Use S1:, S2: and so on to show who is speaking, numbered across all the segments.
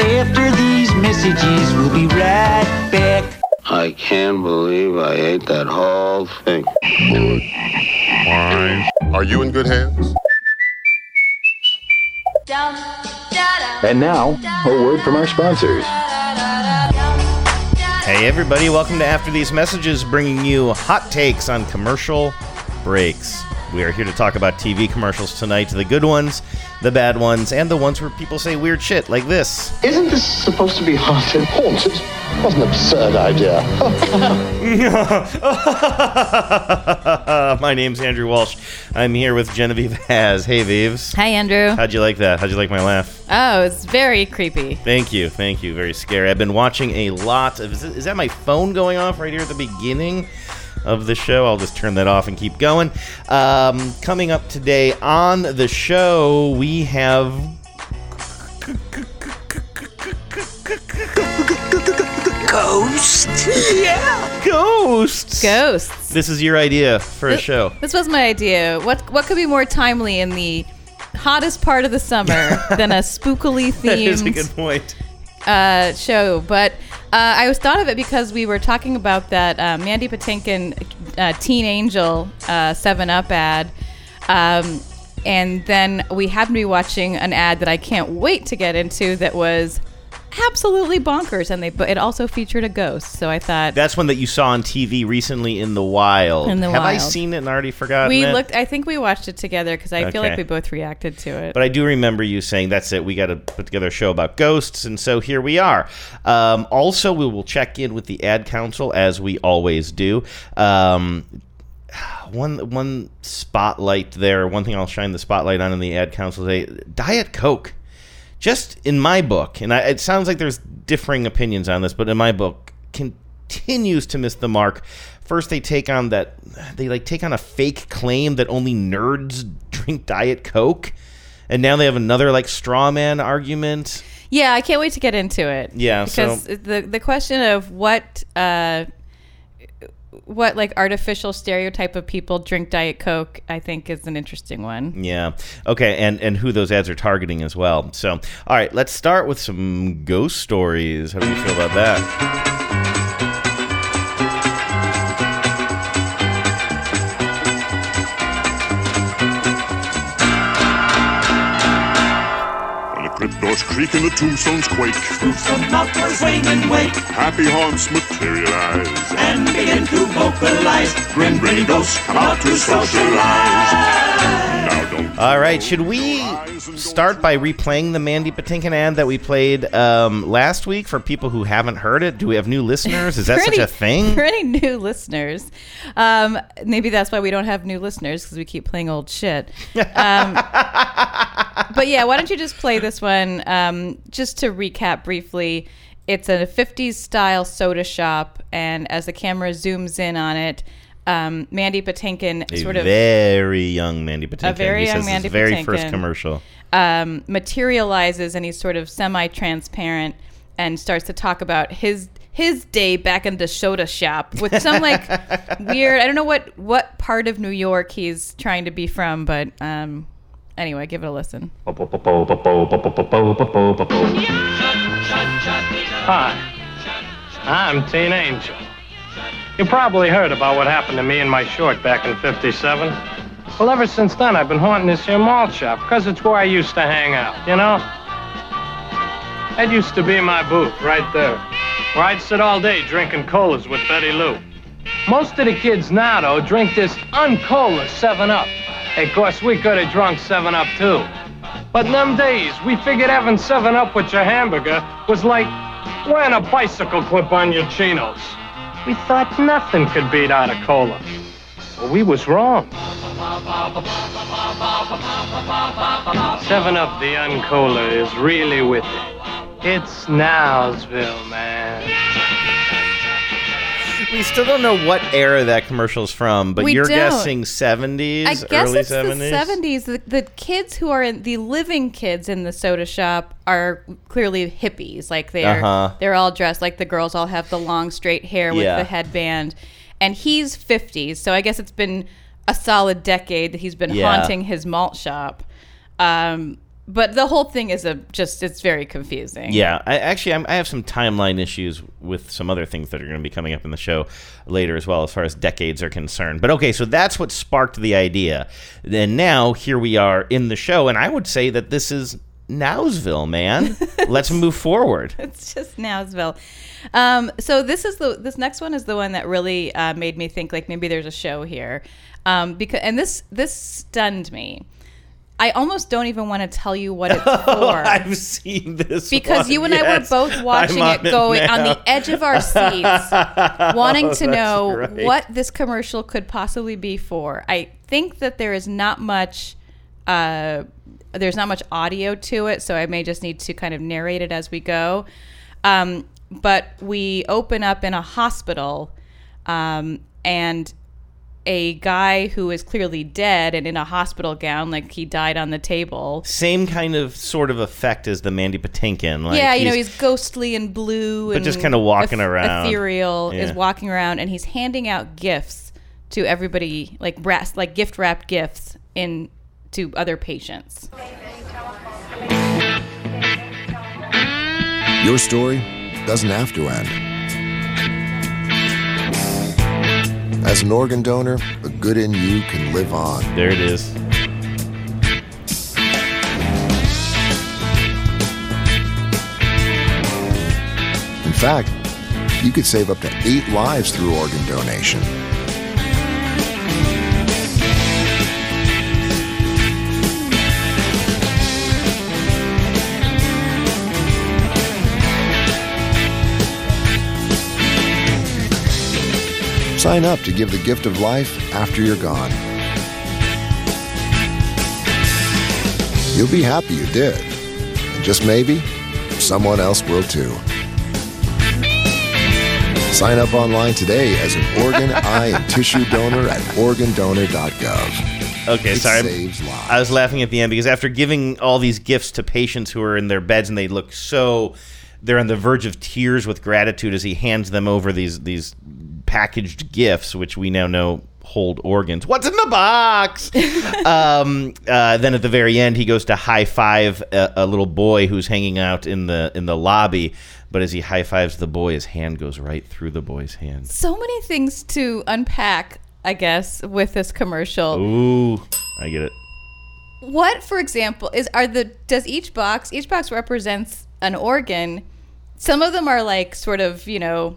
S1: After these messages, we'll be right back.
S2: I can't believe I ate that whole thing.
S3: Are you in good hands?
S4: And now, a word from our sponsors.
S5: Hey, everybody, welcome to After These Messages, bringing you hot takes on commercial breaks. We are here to talk about TV commercials tonight the good ones, the bad ones, and the ones where people say weird shit like this.
S6: Isn't this supposed to be haunted? Haunted? What an absurd idea.
S5: My name's Andrew Walsh. I'm here with Genevieve Has. Hey, Vives.
S7: Hi, Andrew.
S5: How'd you like that? How'd you like my laugh?
S7: Oh, it's very creepy.
S5: Thank you, thank you. Very scary. I've been watching a lot of. Is, it- is that my phone going off right here at the beginning of the show? I'll just turn that off and keep going. Um, coming up today on the show, we have. Ghost. Yeah, ghosts.
S7: Ghosts.
S5: This is your idea for a
S7: This-
S5: show.
S7: This was my idea. What what could be more timely in the hottest part of the summer than a spookily
S5: That is a
S7: themed
S5: good point.
S7: uh, show? But uh, I was thought of it because we were talking about that uh, Mandy Patinkin uh, Teen Angel uh, Seven Up ad. Um, and then we happened to be watching an ad that I can't wait to get into that was absolutely bonkers, and they but it also featured a ghost. So I thought
S5: That's one that you saw on TV recently in the wild.
S7: In the
S5: Have I
S7: wild.
S5: seen it and already forgotten?
S7: We
S5: it?
S7: looked. I think we watched it together because I feel
S5: Okay.
S7: like we both reacted to it.
S5: But I do remember you saying, that's it, we got to put together a show about ghosts, and so here we are. Um, also, we will check in with the ad council, as we always do. Um, one one spotlight there, one thing I'll shine the spotlight on in the ad council today Diet Coke. Just in my book, and I, it sounds like there's differing opinions on this, but in my book, continues to miss the mark. First, they take on that, they like take on a fake claim that only nerds drink Diet Coke. And now they have another like straw man argument.
S7: yeah, I can't wait to get into it.
S5: Yeah,
S7: because
S5: so-
S7: the the question of what uh, what like artificial stereotype of people drink Diet Coke, I think, is an interesting one.
S5: Yeah. Okay, and and who those ads are targeting as well. So, all right, let's start with some ghost stories. How do you feel about that?
S3: When the crypt doors creak and the tombstones quake,
S8: Some mockers wing and wake
S3: happy haunts materialize.
S8: and begin to vocalize. Grim grinning ghosts come out to socialize.
S3: Now don't.
S5: All right, should we start by replaying the Mandy Patinkin ad that we played um, last week for people who haven't heard it? Do we have new listeners? Is that such a thing?
S7: Pretty new listeners. Um, maybe that's why we don't have new listeners because we keep playing old shit. Um, but yeah, why don't you just play this one? Um, just to recap briefly, it's a 50s style soda shop, and as the camera zooms in on it, um, Mandy Patinkin
S5: A
S7: sort of
S5: very young Mandy Patinkin.
S7: very
S5: he
S7: young
S5: says his
S7: Mandy
S5: very first
S7: Patinkin.
S5: commercial.
S7: um, materializes and he's sort of semi-transparent and starts to talk about his his day back in the soda shop with some like weird I don't know what what part of New York he's trying to be from, but um, anyway, give it a listen.
S9: Hi, I'm Teen Angel. You probably heard about what happened to me in my short back in 57. Well, ever since then, I've been haunting this here malt shop, 'cause it's where I used to hang out, you know? That used to be my booth right there, where I'd sit all day drinking colas with Betty Lou. Most of the kids now, though, drink this uncola 7 Up. Of course, we could have drunk 7 Up, too. But in them days, we figured having 7 Up with your hamburger was like wearing a bicycle clip on your chinos. We thought nothing could beat out a cola. Well, we was wrong. 7 Up the Uncola is really with it. It's Nowsville, man.
S5: We still don't know what era that commeral's from, but
S7: We
S5: you're
S7: don't.
S5: guessing 70s,
S7: I guess
S5: early
S7: it's
S5: 70s.
S7: the 70s. The, the kids who are in the living kids in the soda shop are clearly hippies. Like they're
S5: Uh-huh.
S7: they're all dressed like the girls all have the long straight hair with
S5: Yeah.
S7: the headband, and he's 50s. So I guess it's been a solid decade that he's been
S5: Yeah.
S7: haunting his malt shop. Um, but the whole thing is a just it's very confusing.
S5: Yeah, I actually I'm, I have some timeline issues with some other things that are going to be coming up in the show later as well, as far as decades are concerned. But okay, so that's what sparked the idea. Then now here we are in the show, and I would say that this is Nowsville, man. Let's move forward.
S7: it's just Nowsville. Um, so this is the this next one is the one that really uh, made me think like maybe there's a show here, um, because and this this stunned me. I almost don't even want to tell you what it's for.
S5: I've seen this
S7: because
S5: one,
S7: you and
S5: yes.
S7: I were both watching
S5: I'm
S7: it
S5: on
S7: going on
S5: now. Oh,
S7: the edge of our seats, wanting to know
S5: right.
S7: what this commercial could possibly be for. I think that there is not much. Uh, there's not much audio to it, so I may just need to kind of narrate it as we go. Um, but we open up in a hospital, um, and a guy who is clearly dead and in a hospital gown, like he died on the table.
S5: Same kind of sort of effect as the Mandy Patinkin. Like
S7: yeah, you know, he's ghostly and blue, and
S5: just kinda walking around.
S7: Ethereal is
S5: Yeah.
S7: walking around, and he's handing out gifts to everybody, like brass, like gift wrapped gifts in to other patients.
S10: Your story doesn't have to end. As an organ donor, the good in you can live on.
S5: There it is.
S10: In fact, you could save up to eight lives through organ donation. Sign up to give the gift of life after you're gone. You'll be happy you did. And just maybe, someone else will too. Sign up online today as an organ, eye, and tissue donor at organdonor.gov.
S5: Okay,
S10: It
S5: sorry.
S10: saves lives.
S5: I was laughing at the end because after giving all these gifts to patients who are in their beds and they look so they're on the verge of tears with gratitude as he hands them over these these packaged gifts, which we now know hold organs. What's in the box? um, uh, then at the very end, he goes to high five a, a little boy who's hanging out in the in the lobby. But as he high fives the boy, his hand goes right through the boy's hand.
S7: So many things to unpack, I guess, with this commercial.
S5: Ooh, I get it.
S7: What, for example, is are the does each box each box represents an organ? Some of them are like sort of you know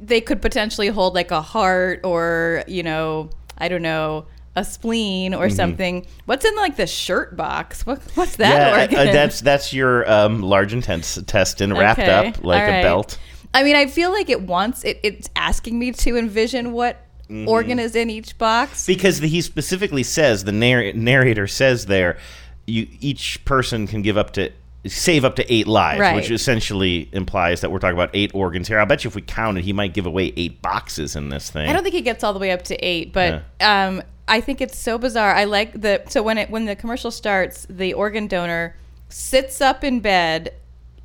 S7: they could potentially hold like a heart or you know I don't know a spleen
S5: Mm-hmm.
S7: or something. What's in like the shirt box? What, what's that
S5: yeah,
S7: organ?
S5: uh, that's that's your um, large intense intestine wrapped
S7: Okay,
S5: up like
S7: all right.
S5: a belt.
S7: I mean, I feel like it wants it. It's asking me to envision what
S5: Mm-hmm.
S7: organ is in each box.
S5: Because he specifically says the narr- narrator says there, you each person can give up to save up to eight lives,
S7: Right.
S5: which essentially implies that we're talking about eight organs here. I bet you if we counted, he might give away eight boxes in this thing.
S7: I don't think he gets all the way up to eight, but um, I think it's so bizarre. I like the so when it when the commercial starts, the organ donor sits up in bed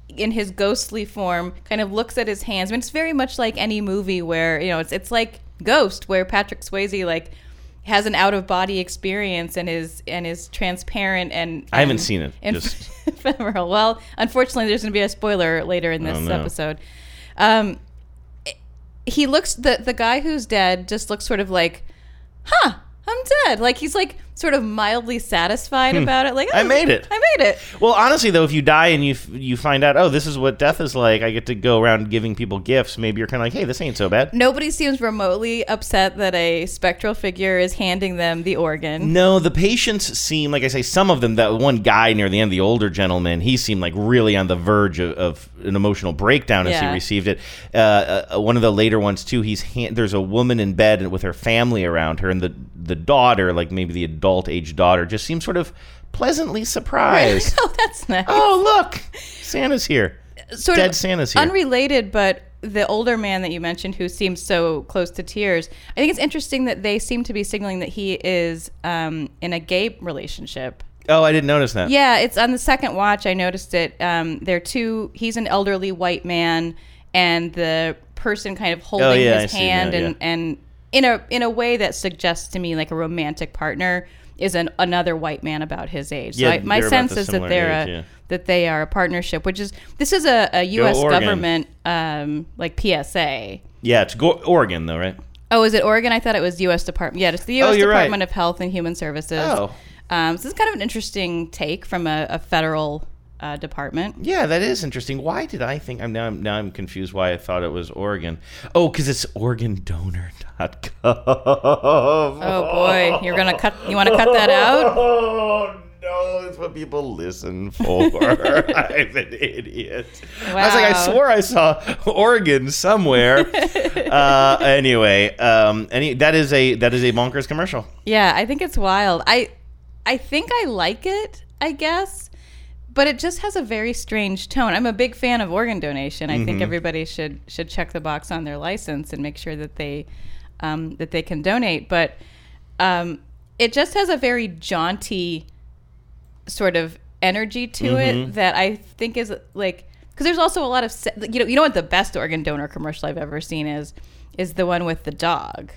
S7: in his ghostly form, kind of looks at his hands. I mean, it's very much like any movie where you know it's it's like Ghost, where Patrick Swayze like has an out of body experience and is and is transparent and
S5: I haven't
S7: and-
S5: seen it,
S7: and
S5: just-
S7: ephemeral. Well, unfortunately, there's going to be a spoiler later in this
S5: Oh, no.
S7: episode. Um, he looks the the guy who's dead just looks sort of like, huh, I'm dead. Like he's like sort of mildly satisfied about it. Like
S5: Hmm. I
S7: "Oh,
S5: made it."
S7: I made it.
S5: Well, honestly, though, if you die and you f- you find out, oh, this is what death is like, I get to go around giving people gifts. Maybe you're kind of like, hey, this ain't so bad.
S7: Nobody seems remotely upset that a spectral figure is handing them the organ.
S5: No, the patients seem like I say some of them. That one guy near the end, the older gentleman, he seemed like really on the verge of, of an emotional breakdown as
S7: Yeah.
S5: he received it. Uh, uh, one of the later ones too. He's hand, there's a woman in bed with her family around her, and the the daughter, like maybe the adult age daughter, just seems sort of pleasantly surprised.
S7: Oh, that's nice.
S5: oh, look, Santa's here.
S7: sort
S5: Dead
S7: of
S5: Santa's here.
S7: Unrelated, but the older man that you mentioned who seems so close to tears. I think it's interesting that they seem to be signaling that he is um, in a gay relationship.
S5: Oh, I didn't notice that.
S7: Yeah, it's on the second watch. I noticed it. Um, they're two. He's an elderly white man, and the person kind of holding
S5: Oh, yeah, I
S7: his
S5: see
S7: hand
S5: that,
S7: and and in a in a way that suggests to me like a romantic partner. is an, another white man about his age. So
S5: Yeah,
S7: I, my
S5: they're about
S7: sense
S5: the
S7: is that
S5: similar
S7: they're
S5: age,
S7: a,
S5: yeah.
S7: that they are a partnership, which is this is a, a U.S.
S5: Oregon.
S7: government um, like PSA.
S5: Yeah, it's Go- Oregon though, right?
S7: Oh, is it Oregon? I thought it was U.S. Department. Yeah, it's the U.S.
S5: Oh, you're right.
S7: Department of Health and Human Services.
S5: Oh.
S7: Um, so this is kind of an interesting take from a, a federal uh, department.
S5: Yeah, that is interesting. Why did I think I'm now? I'm, now I'm confused. Why I thought it was Oregon? Oh, because it's OregonDonor.gov.
S7: Oh boy, you're gonna cut. You want to cut that out?
S5: Oh no, that's what people listen for. I'm an idiot. I was like, I
S7: Wow.
S5: swore I saw Oregon somewhere. uh, anyway, um, any that is a that is a bonkers commercial.
S7: Yeah, I think it's wild. I, I think I like it. I guess, but it just has a very strange tone. I'm a big fan of organ donation. I
S5: Mm-hmm.
S7: think everybody should should check the box on their license and make sure that they, um, that they can donate. But, um, it just has a very jaunty sort of energy to
S5: Mm-hmm.
S7: it that I think is like because there's also a lot of se- you know you know what the best organ donor commercial I've ever seen is is the one with the dog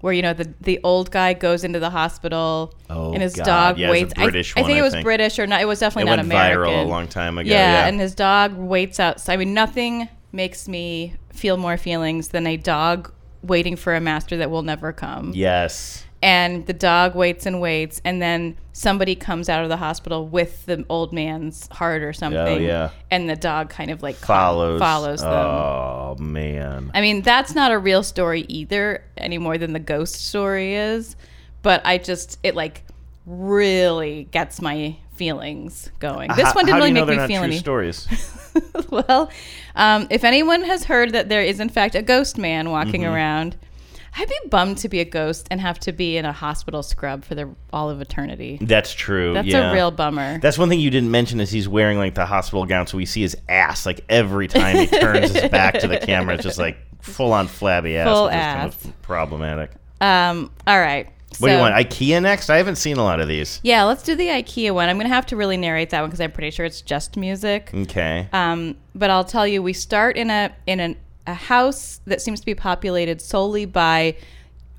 S7: where you know the the old guy goes into the hospital
S5: Oh,
S7: and his
S5: God.
S7: dog
S5: Yeah, it was a
S7: waits I-
S5: British
S7: I,
S5: one,
S7: think
S5: I
S7: it was
S5: think.
S7: British or not it was definitely
S5: it
S7: not
S5: went
S7: American
S5: viral a long time ago.
S7: yeah,
S5: Yeah,
S7: and his dog waits outside. I mean, nothing makes me feel more feelings than a dog waiting for a master that will never come
S5: yes.
S7: and the dog waits and waits and then somebody comes out of the hospital with the old man's heart or something
S5: Oh, yeah.
S7: and the dog kind of like
S5: Follows.
S7: follows them
S5: Oh man.
S7: i mean that's not a real story either any more than the ghost story is but i just it like really gets my feelings going this
S5: How-
S7: one didn't
S5: how
S7: really
S5: do you know
S7: make
S5: they're
S7: me feel
S5: not true
S7: any
S5: stories.
S7: well, um, if anyone has heard that there is in fact a ghost man walking
S5: Mm-hmm.
S7: around, I'd be bummed to be a ghost and have to be in a hospital scrub for the all of eternity.
S5: That's true.
S7: That's
S5: yeah.
S7: a real bummer.
S5: That's one thing you didn't mention is he's wearing like the hospital gown, so we see his ass like every time he turns his back to the camera. It's just like full on flabby ass.
S7: Full
S5: which is kind
S7: ass.
S5: of problematic.
S7: um, all right.
S5: What do
S7: so-
S5: you want? IKEA next? I haven't seen a lot of these.
S7: yeah, let's do the IKEA one. I'm gonna have to really narrate that one because I'm pretty sure it's just music.
S5: Okay.
S7: Um, but I'll tell you, we start in a in an, a house that seems to be populated solely by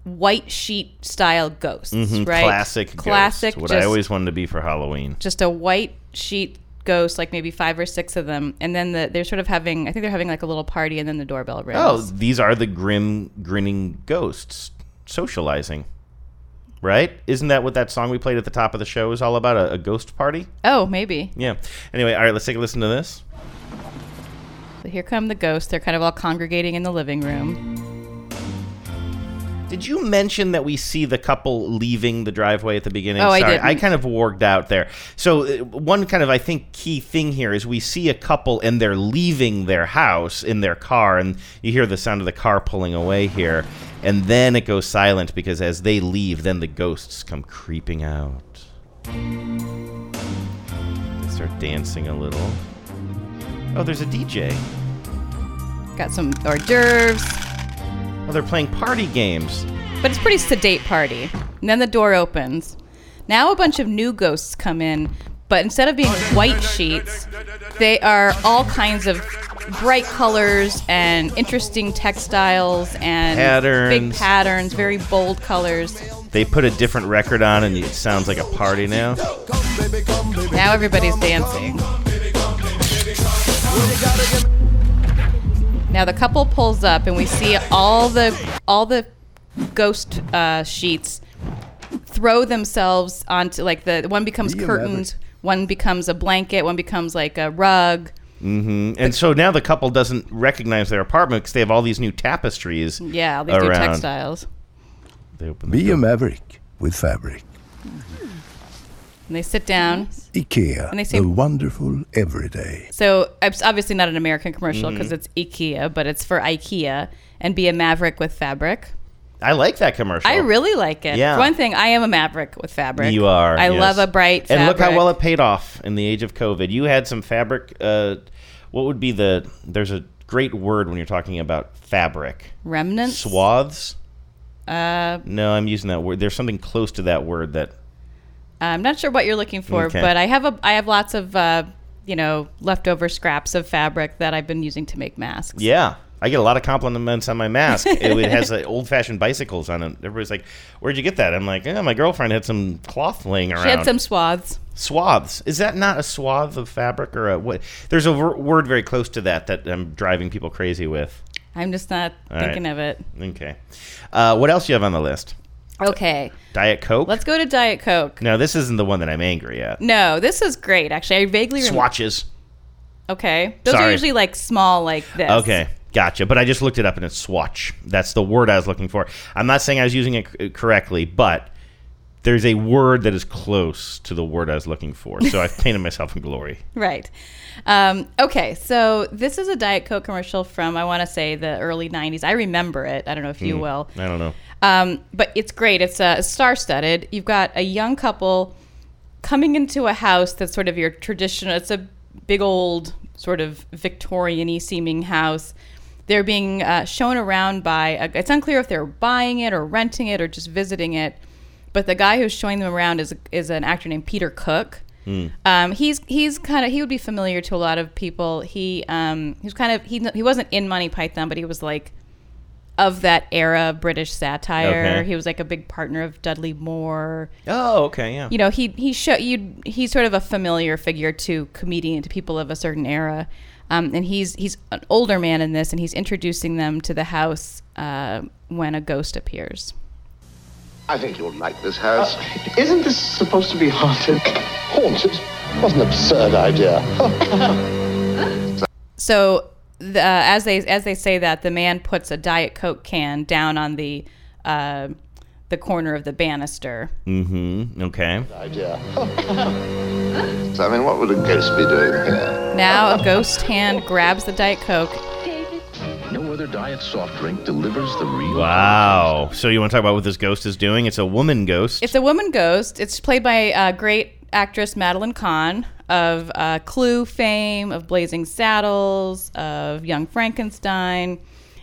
S7: white sheet style ghosts, right?
S5: Mm-hmm. Classic.
S7: classic.
S5: Ghost, what I
S7: just-
S5: always wanted to be for Halloween.
S7: just a white sheet ghost, like maybe five or six of them, and then the, they're sort of having. I think they're having like a little party, and then the doorbell rings.
S5: Oh, these are the grim, grinning ghosts socializing. Right? Isn't that what that song we played at the top of the show is all about? A, a ghost party?
S7: oh, maybe.
S5: Yeah. Anyway, all right, let's take a listen to this.
S7: So here come the ghosts. They're kind of all congregating in the living room.
S5: Did you mention that we see the couple leaving the driveway at the beginning?
S7: Oh, I
S5: Sorry,
S7: didn't.
S5: I kind of warged out there. So uh, one kind of I think key thing here is we see a couple and they're leaving their house in their car, and you hear the sound of the car pulling away here, and then it goes silent because as they leave, then the ghosts come creeping out. They start dancing a little. Oh, there's a DJ.
S7: Got some hors d'oeuvres,
S5: Oh, they're playing party games.
S7: but it's pretty sedate party. And then the door opens. Now a bunch of new ghosts come in, but instead of being white sheets, they are all kinds of bright colors and interesting textiles and big
S5: Patterns.
S7: patterns, very bold colors.
S5: They put a different record on, and it sounds like a party now.
S7: Now everybody's dancing. Now the couple pulls up, and we see all the all the ghost uh, sheets throw themselves onto like the one becomes curtains, one becomes a blanket, one becomes like a rug.
S5: And so now the couple doesn't recognize their apartment because they have all these new tapestries.
S7: Yeah, all these new
S5: around.
S7: textiles,
S5: They open the
S11: Be a
S5: door.
S11: maverick with fabric.
S7: and they sit down.
S11: IKEA,
S7: And they say-
S11: the wonderful everyday.
S7: So it's obviously not an American commercial because it's IKEA, but it's for IKEA and be a maverick with fabric.
S5: I like that commercial.
S7: I really like it.
S5: Yeah.
S7: For one thing, I am a maverick with fabric.
S5: You are.
S7: I
S5: yes.
S7: love a bright fabric.
S5: And look how well it paid off in the age of COVID. You had some fabric. Uh, what would be the? There's a great word when you're talking about fabric.
S7: remnants.
S5: Swaths.
S7: Uh,
S5: No, I'm using that word. There's something close to that word that.
S7: I'm not sure what you're looking for,
S5: Okay.
S7: but I have a I have lots of uh, you know leftover scraps of fabric that I've been using to make masks.
S5: Yeah. I get a lot of compliments on my mask. it, it has uh, old fashioned bicycles on it. Everybody's like, "Where'd you get that?" I'm like, "Yeah, my girlfriend had some cloth laying around."
S7: She had some swaths.
S5: Swaths. Is that not a swath of fabric or a what? There's a ver- word very close to that that I'm driving people crazy with.
S7: I'm just not
S5: All
S7: thinking
S5: right.
S7: of it.
S5: Okay. Uh, what else do you have on the list?
S7: Okay.
S5: Diet Coke?
S7: Let's go to Diet Coke.
S5: no, this isn't the one that I'm angry at.
S7: No, this is great, actually. I vaguely remember.
S5: Swatches.
S7: Okay. Those
S5: Sorry.
S7: are usually like small, like this.
S5: Okay. Gotcha. But I just looked it up and it's swatch. That's the word I was looking for. I'm not saying I was using it c- uh, correctly, but there's a word that is close to the word I was looking for. So I've painted myself in glory.
S7: Right. Um, okay. So this is a Diet Coke commercial from, I want to say, the early 90s. I remember it. I don't know if you
S5: Hmm.
S7: will.
S5: I don't know.
S7: Um, but it's great. It's uh, star-studded. You've got a young couple coming into a house that's sort of your traditional. It's a big old sort of Victorian-y seeming house. They're being uh, shown around by. A, it's unclear if they're buying it or renting it or just visiting it. But the guy who's showing them around is is an actor named Peter Cook. Um, he's he's kind of he would be familiar to a lot of people. He um, he was kind of he he wasn't in Money Python, but he was like of that era of British satire.
S5: Okay.
S7: He was like a big partner of Dudley Moore.
S5: Oh, okay. Yeah.
S7: You know, he he show you he's sort of a familiar figure to comedian to people of a certain era. Um, and he's he's an older man in this, and he's introducing them to the house uh, when a ghost appears.
S6: I think you'll like this house. isn't this supposed to be haunted? Haunted? What an absurd idea.
S7: So the, uh, as they as they say that, the man puts a diet coke can down on the uh, the corner of the banister.
S5: Mm hmm. Okay.
S6: idea. So, I mean, what would a ghost be doing here?
S7: Now a ghost hand grabs the diet coke.
S12: No other diet soft drink delivers the real.
S5: Wow. So you want to talk about what this ghost is doing? It's a woman ghost.
S7: It's a woman ghost. It's played by uh, great actress Madeline Kahn of uh, Clue fame, of Blazing Saddles, of Young Frankenstein.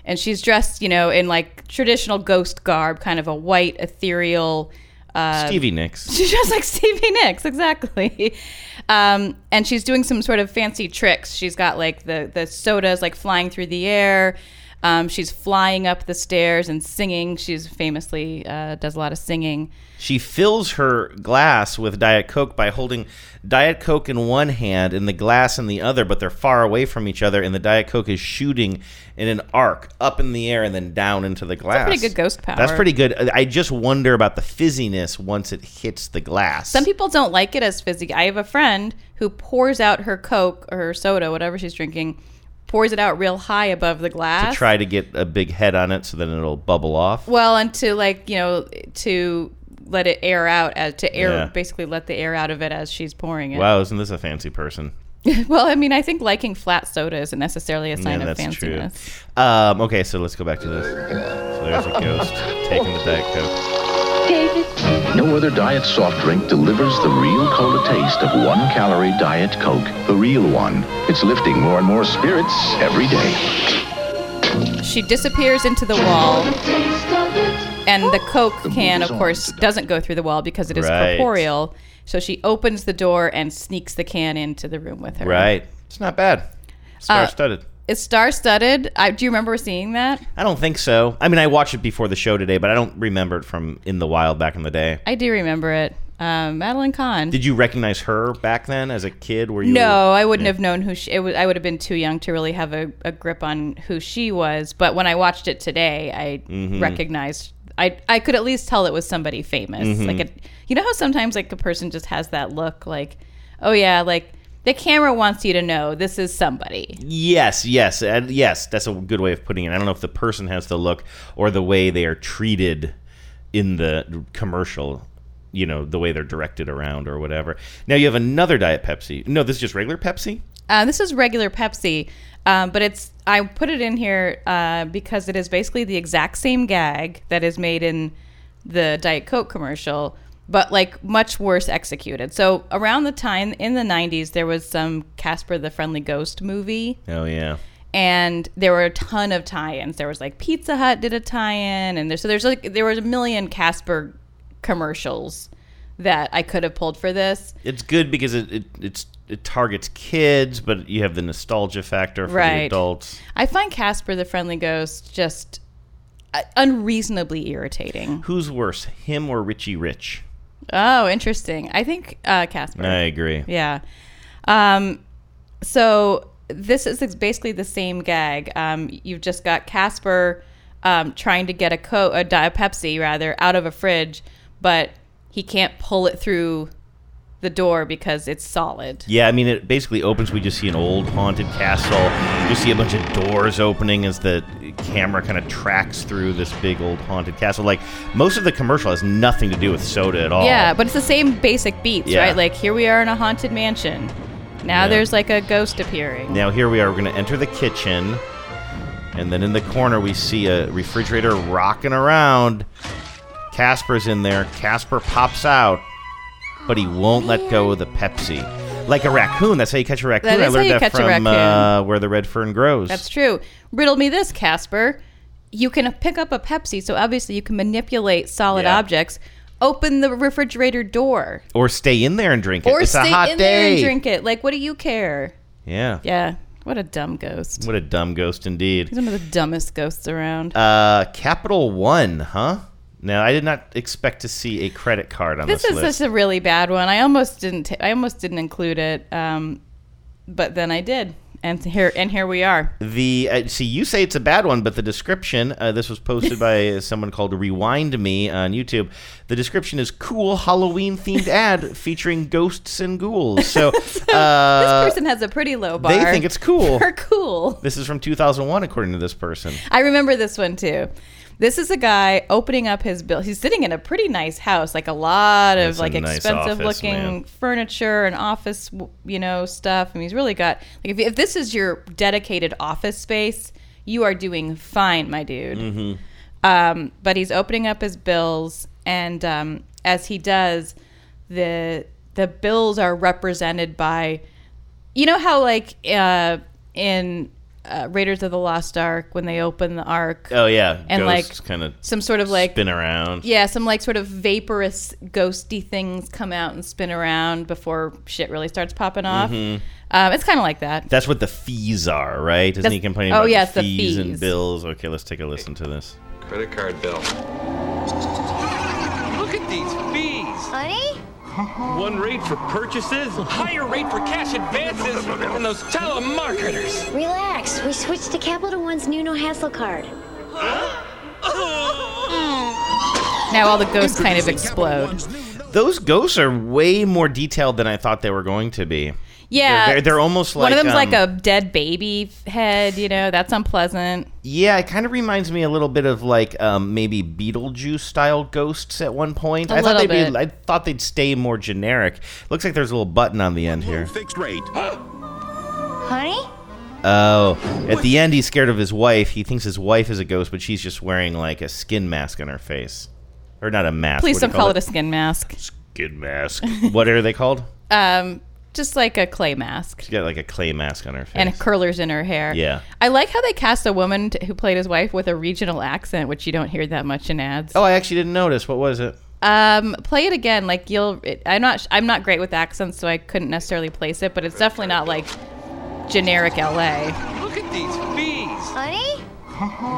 S7: And she's dressed, you know, in like traditional ghost garb, kind of a white, ethereal. Uh,
S5: Stevie Nicks.
S7: She's just like Stevie Nicks, exactly. Um, and she's doing some sort of fancy tricks. She's got like the the sodas like flying through the air. Um, she's flying up the stairs and singing. She's famously uh, does a lot of singing.
S5: She fills her glass with Diet Coke by holding Diet Coke in one hand and the glass in the other, but they're far away from each other, and the Diet Coke is shooting in an arc up in the air and then down into the glass.
S7: pretty good ghost power.
S5: That's pretty good. I- I just wonder about the fizziness once it hits the glass.
S7: Some people don't like it as fizzy. I have a friend who pours out her Coke or her soda, whatever she's drinking, pours it out real high above the
S5: to
S7: glass.
S5: try to get a big head on it so then it'll bubble off.
S7: Well, and to like you know to let it air out as to air
S5: Yeah.
S7: basically let the air out of it as she's pouring it.
S5: Wow, isn't this a fancy person?
S7: well, I mean, I think liking flat soda isn't necessarily a sign
S5: Yeah,
S7: of
S5: that's true.
S7: fanciness.
S5: Um, okay, so let's go back to this. So there's a ghost taking the Diet Coke.
S12: No other diet soft drink delivers the real cola taste of one calorie diet Coke, the real one. It's lifting more and more spirits every day.
S7: She disappears into the wall, and the Coke can, of course, doesn't go through the wall because it is
S5: Right.
S7: corporeal. So she opens the door and sneaks the can into the room with her.
S5: Right. It's not bad. Star studded.
S7: It's star-studded. I, do you remember seeing that?
S5: I don't think so. I mean, I watched it before the show today, but I don't remember it from in the wild back in the day.
S7: I do remember it. Um, Madeline Kahn.
S5: Did you recognize her back then as a kid? Were you?
S7: No, I wouldn't have known who she. It was, I would have been too young to really have a, a grip on who she was. But when I watched it today, I
S5: Mhm.
S7: recognized. I I could at least tell it was somebody famous.
S5: Mhm.
S7: Like, it, you know how sometimes like a person just has that look, like, oh yeah, like the camera wants you to know this is somebody.
S5: Yes, yes, and yes. That's a good way of putting it. I don't know if the person has the look or the way they are treated in the commercial. You know, the way they're directed around or whatever. Now you have another Diet Pepsi. No, this is just regular Pepsi.
S7: Uh, this is regular Pepsi, um, but it's I put it in here uh, because it is basically the exact same gag that is made in the Diet Coke commercial, but like much worse executed. So around the time in the '90s, there was some Casper the Friendly Ghost movie,
S5: Oh yeah.
S7: and there were a ton of tie-ins. There was like Pizza Hut did a tie-in, and there, so there's like there was a million Casper commercials that I could have pulled for this.
S5: It's good because it, it it's it targets kids, but you have the nostalgia factor for the
S7: Right.
S5: adults.
S7: I find Casper the Friendly Ghost just uh, unreasonably irritating.
S5: Who's worse, him or Richie Rich?
S7: Oh, interesting. I think uh, Casper.
S5: I agree.
S7: Yeah. Um, so this is ex- basically the same gag. Um, you've just got Casper um, trying to get a co a, di- a Pepsi rather out of a fridge, but he can't pull it through the door because it's solid.
S5: Yeah, I mean, it basically opens. We just see an old haunted castle. You see a bunch of doors opening as the camera kind of tracks through this big old haunted castle. Like, most of the commercial has nothing to do with soda at all.
S7: Yeah, but it's the same basic beats,
S5: Yeah.
S7: right? Like here we are in a haunted mansion. Now
S5: Yeah.
S7: there's like a ghost appearing.
S5: Now, here we are. We're going to enter the kitchen. And then in the corner, we see a refrigerator rocking around. Casper's in there. Casper pops out, but he won't let go of the Pepsi. Like a raccoon. That's how you catch a raccoon.
S7: That is
S5: I
S7: how
S5: learned
S7: you
S5: that
S7: catch a
S5: from
S7: raccoon.
S5: uh, Where the Red Fern Grows.
S7: That's true. Riddle me this, Casper. You can pick up a Pepsi, so obviously you can manipulate solid
S5: Yeah.
S7: objects. Open the refrigerator door,
S5: or stay in there and drink it.
S7: or
S5: it's
S7: stay
S5: a hot
S7: in
S5: day.
S7: there and drink it. Like, what do you care?
S5: Yeah.
S7: Yeah. What a dumb ghost.
S5: What a dumb ghost indeed.
S7: He's one of the dumbest ghosts around.
S5: Uh, Capital One, huh? Now I did not expect to see a credit card on this,
S7: This is
S5: list.
S7: such a really bad one. I almost didn't. T- I almost didn't include it, um, but then I did, and here and here we are.
S5: the uh, see you say it's a bad one, but the description uh, this was posted by uh, someone called Rewind Me on YouTube. The description is cool Halloween themed ad featuring ghosts and ghouls. So uh,
S7: this person has a pretty low bar.
S5: they think it's cool.
S7: They're cool.
S5: This is from 2001, according to this person.
S7: I remember this one too. This is a guy opening up his bill. He's sitting in a pretty nice house, like a lot of
S5: That's a
S7: like
S5: nice
S7: expensive
S5: office,
S7: looking
S5: man.
S7: furniture and office, w- you know, stuff. And he's really got like if, if this is your dedicated office space, you are doing fine, my dude.
S13: Mm-hmm.
S7: Um, but he's opening up his bills, and um, as he does, the the bills are represented by, you know how like uh, in uh, Raiders of the Lost Ark when they open the Ark.
S5: Oh yeah,
S7: and
S5: ghosts
S7: like
S5: kind of
S7: some sort of like
S5: spin around.
S7: yeah, some like sort of vaporous, ghosty things come out and spin around before shit really starts popping off.
S5: Mhm.
S7: Um, it's kind of like that.
S5: That's what the fees are, right? Isn't
S7: That's-
S5: he complaining
S7: oh,
S5: about
S7: yeah,
S5: the,
S7: it's the
S5: fees and
S7: fees.
S5: bills? Okay, let's take a listen to this.
S14: Credit card bill.
S15: Look at these fees. Honey? One rate for purchases, higher rate for cash advances, and those telemarketers.
S16: Relax. We switched to Capital One's new no hassle card.
S7: Now all the ghosts kind of explode.
S5: Those ghosts are way more detailed than I thought they were going to be.
S7: Yeah,
S5: they're, they're almost like
S7: one of them's
S5: um,
S7: like a dead baby head. You know, that's unpleasant.
S5: Yeah, it kind of reminds me a little bit of like um, maybe Beetlejuice style ghosts at one point.
S7: A
S5: I thought
S7: little
S5: they'd
S7: bit.
S5: be. I thought they'd stay more generic. Looks like there's a little button on the end here.
S14: Fixed rate.
S16: Honey?
S5: Oh, at the end he's scared of his wife. He thinks his wife is a ghost, but she's just wearing like a skin mask on her face, or not a mask.
S7: Please
S5: what do you
S7: don't call it?
S5: it
S7: a skin mask.
S5: skin mask. what are they called?
S7: Um, just like a clay mask
S5: She's got like a clay mask on her face.
S7: and curlers in her hair.
S5: Yeah.
S7: I like how they cast a woman t- who played his wife with a regional accent, which you don't hear that much in ads.
S5: Oh, I actually didn't notice. What was it?
S7: Um, play it again. Like you'll. It, I'm not. sh- I'm not great with accents, so I couldn't necessarily place it. But it's definitely not like generic LA.
S15: Look at these fees.
S16: Honey?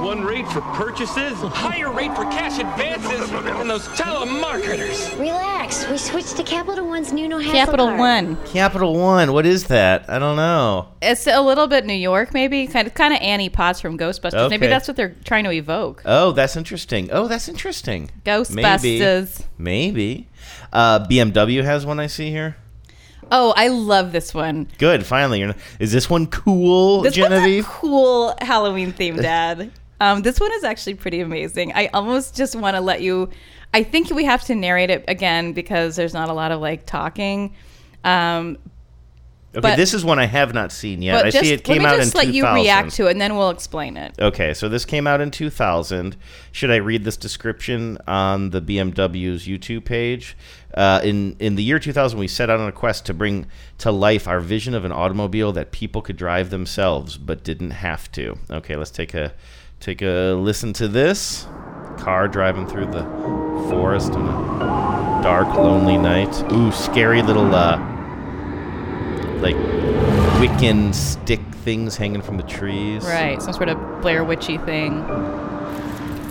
S15: One rate for purchases, higher rate for cash advances, and those telemarketers.
S16: Relax. We switched to Capital One's new no hassle
S7: Capital
S16: card.
S7: One.
S5: Capital One. What is that? I don't know.
S7: It's a little bit New York, maybe. Kind of, kind of Annie Potts from Ghostbusters. Maybe
S5: Okay.
S7: that's what they're trying to evoke.
S5: Oh, that's interesting. Oh, that's interesting.
S7: Ghostbusters.
S5: Maybe. Maybe. Uh, BMW has one I see here.
S7: Oh, I love this one.
S5: Good. Finally, you're. Not, is this one cool,
S7: This
S5: Genevieve?
S7: one's a cool Halloween themed ad. Um, this one is actually pretty amazing. I almost just want to let you. I think we have to narrate it again because there's not a lot of like talking. Um,
S5: okay,
S7: but-
S5: this is one I have not seen yet.
S7: but
S5: I
S7: just,
S5: see it
S7: let
S5: came
S7: me
S5: out
S7: just
S5: in
S7: let
S5: 2000.
S7: you react to it, and then we'll explain it.
S5: Okay, so this came out in 2000. Should I read this description on the BMW's YouTube page? Uh, in in the year 2000, we set out on a quest to bring to life our vision of an automobile that people could drive themselves but didn't have to. Okay, let's take a take a listen to this car driving through the forest on a dark, lonely night. Ooh, scary little uh, like Wiccan stick things hanging from the trees.
S7: Right, some sort of Blair Witchy thing.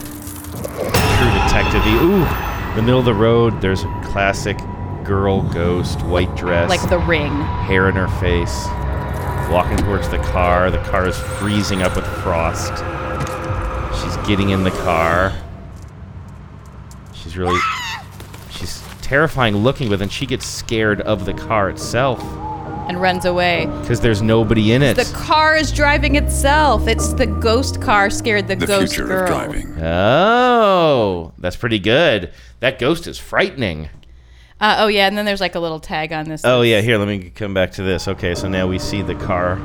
S5: True detective. Ooh, in the middle of the road. There's a classic girl ghost, white dress,
S7: Like the ring.
S5: hair in her face, walking towards the car. The car is freezing up with frost. She's getting in the car. She's really, she's terrifying looking, but then she gets scared of the car itself
S7: And runs away.
S5: because there's nobody in it.
S7: The car is driving itself. It's the ghost car scared the, ghost girl.
S5: Oh, that's pretty good. That ghost is frightening.
S7: Uh, oh yeah, and then there's like a little tag on this.
S5: Oh yeah, here let me come back to this. Okay, so now we see the car.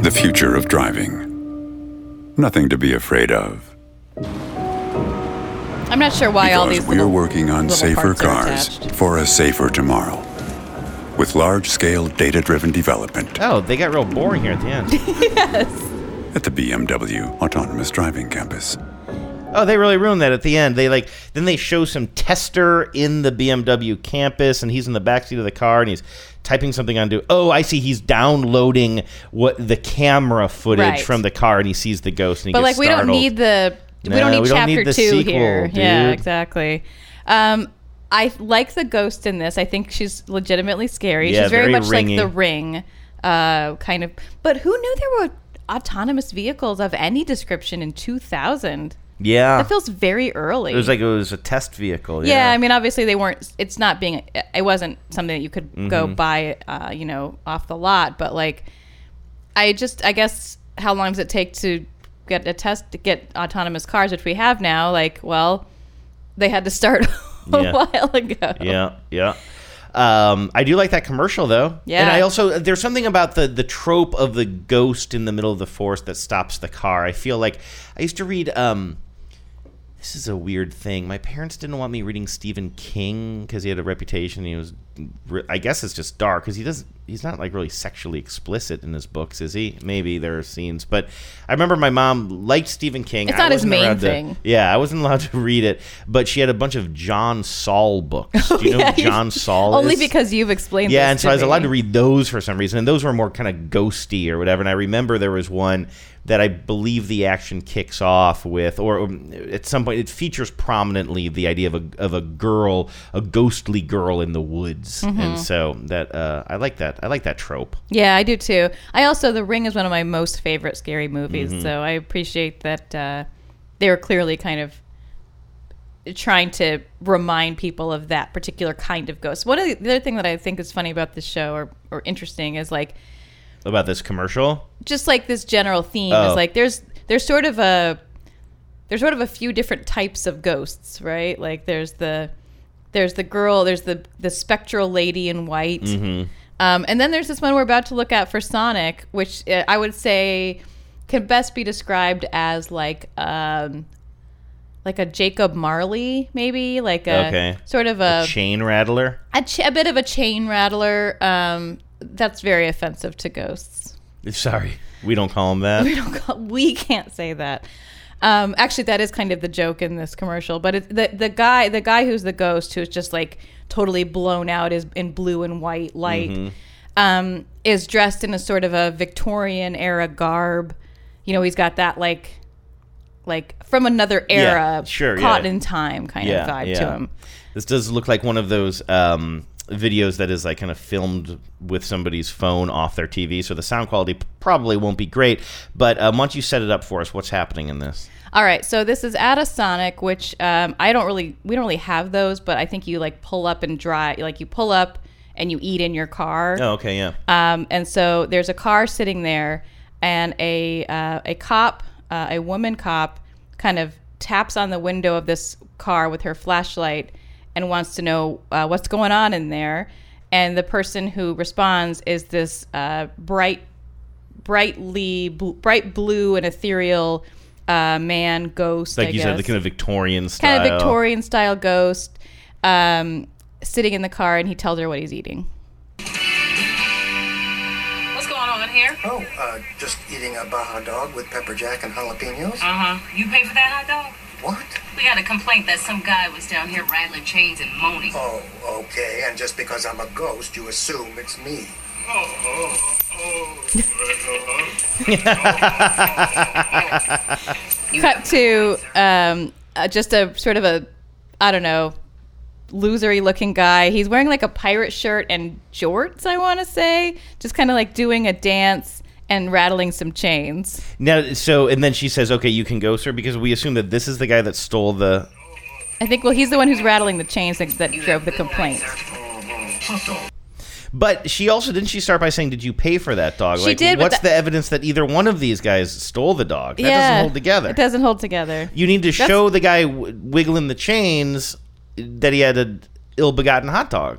S13: The future of driving. Nothing to be afraid of
S7: I'm not sure why all these.
S13: because we're
S7: little-
S13: working on
S7: little
S13: safer
S7: parts are
S13: cars for a safer tomorrow with large scale data driven development
S5: Oh, they got real boring here at the end.
S13: at the BMW Autonomous Driving Campus.
S5: oh, they really ruined that at the end. They like then they show some tester in the BMW campus and he's in the backseat of the car and he's typing something onto Oh, I see he's downloading what the camera footage
S7: Right.
S5: from the car and he sees the ghost and he
S7: But like
S5: gets
S7: we don't
S5: startled.
S7: need the we
S5: No,
S7: don't need
S5: we don't
S7: chapter
S5: need the
S7: two
S5: sequel,
S7: here. Yeah,
S5: dude.
S7: exactly. Um, I like the ghost in this. I think she's legitimately scary.
S5: Yeah,
S7: she's very,
S5: very
S7: much like
S5: ringy.
S7: the ring, uh, kind of. But who knew there were autonomous vehicles of any description in 2000?
S5: Yeah.
S7: That feels very early.
S5: Ah. It was like it was a test vehicle.
S7: Yeah,
S5: Yeah.
S7: I mean, obviously they weren't. It's not being. It wasn't something that you could go
S5: Mhm.
S7: buy, uh, you know, off the lot. But like, I just, I guess, how long does it take to get a test to get autonomous cars, which we have now? Like, well, they had to start a
S5: Yeah.
S7: while ago.
S5: yeah, yeah. Um, I do like that commercial though.
S7: Yeah.
S5: And I also there's something about the the trope of the ghost in the middle of the forest that stops the car. I feel like I used to read um this is a weird thing. My parents didn't want me reading Stephen King because he had a reputation. He was, re- I guess, it's just dark because he doesn't. He's not like really sexually explicit in his books, is he? Maybe there are scenes, but I remember my mom liked Stephen King.
S7: It's
S5: I
S7: not his
S5: wasn't
S7: main
S5: allowed to-
S7: thing.
S5: yeah, I wasn't allowed to read it, but she had a bunch of John Saul books. Do you know
S7: Yeah,
S5: who John Saul
S7: Oh, Only
S5: is?
S7: because you've explained.
S5: yeah,
S7: this
S5: and so
S7: to
S5: I was
S7: me.
S5: allowed to read those for some reason, and those were more kind of ghosty or whatever. And I remember there was one that I believe the action kicks off with, or um, at some point it features prominently the idea of a of a girl, a ghostly girl in the woods,
S7: Mhm.
S5: and so that uh, I like that. I like that trope.
S7: Yeah, I do too. I also, The Ring is one of my most favorite scary movies,
S5: Mhm.
S7: so I appreciate that uh, they were clearly kind of trying to remind people of that particular kind of ghost. One of the, the other thing that I think is funny about this show or, or interesting is like
S5: About this commercial,
S7: just like this general theme
S5: Oh.
S7: is like there's there's sort of a there's sort of a few different types of ghosts, right? Like there's the there's the girl, there's the the spectral lady in white.
S14: Mhm.
S5: Mm-hmm.
S7: Um, and then there's this one we're about to look at for Sonic, which uh, I would say can best be described as like um, like a Jacob Marley, maybe like a
S5: okay,
S7: sort of a
S5: a chain rattler.
S7: a, ch- a bit of a chain rattler. Um, that's very offensive to ghosts.
S5: Sorry, we don't call him that.
S7: we don't call, we can't say that. Um, actually, that is kind of the joke in this commercial. But it, the the guy the guy who's the ghost who's just like totally blown out is in blue and white light.
S5: Mm-hmm.
S14: Mhm.
S7: um, is dressed in a sort of a Victorian era garb. You know, he's got that like, like from another era,
S5: Yeah, sure,
S7: caught
S5: yeah.
S7: in time kind of vibe to him.
S5: This does look like one of those um, videos that is like kind of filmed with somebody's phone off their TV, so the sound quality p- probably won't be great. But um, once you set it up for us, what's happening in this?
S7: All right, so this is at a Sonic, which um, I don't really, we don't really have those, but I think you like pull up and drive, like you pull up and you eat in your car.
S5: Oh, okay, yeah.
S7: Um, and so there's a car sitting there, and a uh, a cop, uh, a woman cop, kind of taps on the window of this car with her flashlight and wants to know uh, what's going on in there. And the person who responds is this uh, bright, brightly bl- bright blue and ethereal uh, man ghost.
S5: It's like
S7: I
S5: you
S7: guess
S5: said, the kind of Victorian style.
S7: kind of Victorian style ghost um, sitting in the car, and he tells her what he's eating.
S17: What's going on here?
S18: Oh, uh, just eating a Baja dog with pepper jack and jalapenos.
S17: Uh huh. You Uh-huh. pay for that hot dog?
S14: What?
S17: We got a complaint that some guy was down here rattling chains and moaning.
S14: Oh, okay. And just because I'm a ghost, you assume it's me.
S7: Cut to um, uh, just a sort of a, I don't know, losery looking guy. He's wearing like a pirate shirt and jorts, I want to say. Just kind of like doing a dance and rattling some chains.
S5: Now, so and then she says, "Okay, you can go, sir," because we assume that this is the guy that stole the.
S7: I think, well, he's the one who's rattling the chains that, that drove the complaint.
S5: But she also didn't she start by saying, "Did you pay for that dog?"
S7: She did, but
S5: What's
S7: tha-
S5: the evidence that either one of these guys stole the dog? That doesn't hold together.
S7: It doesn't hold together.
S5: You need to
S7: That's-
S5: show the guy w- wiggling the chains that he had an ill-begotten hot dog.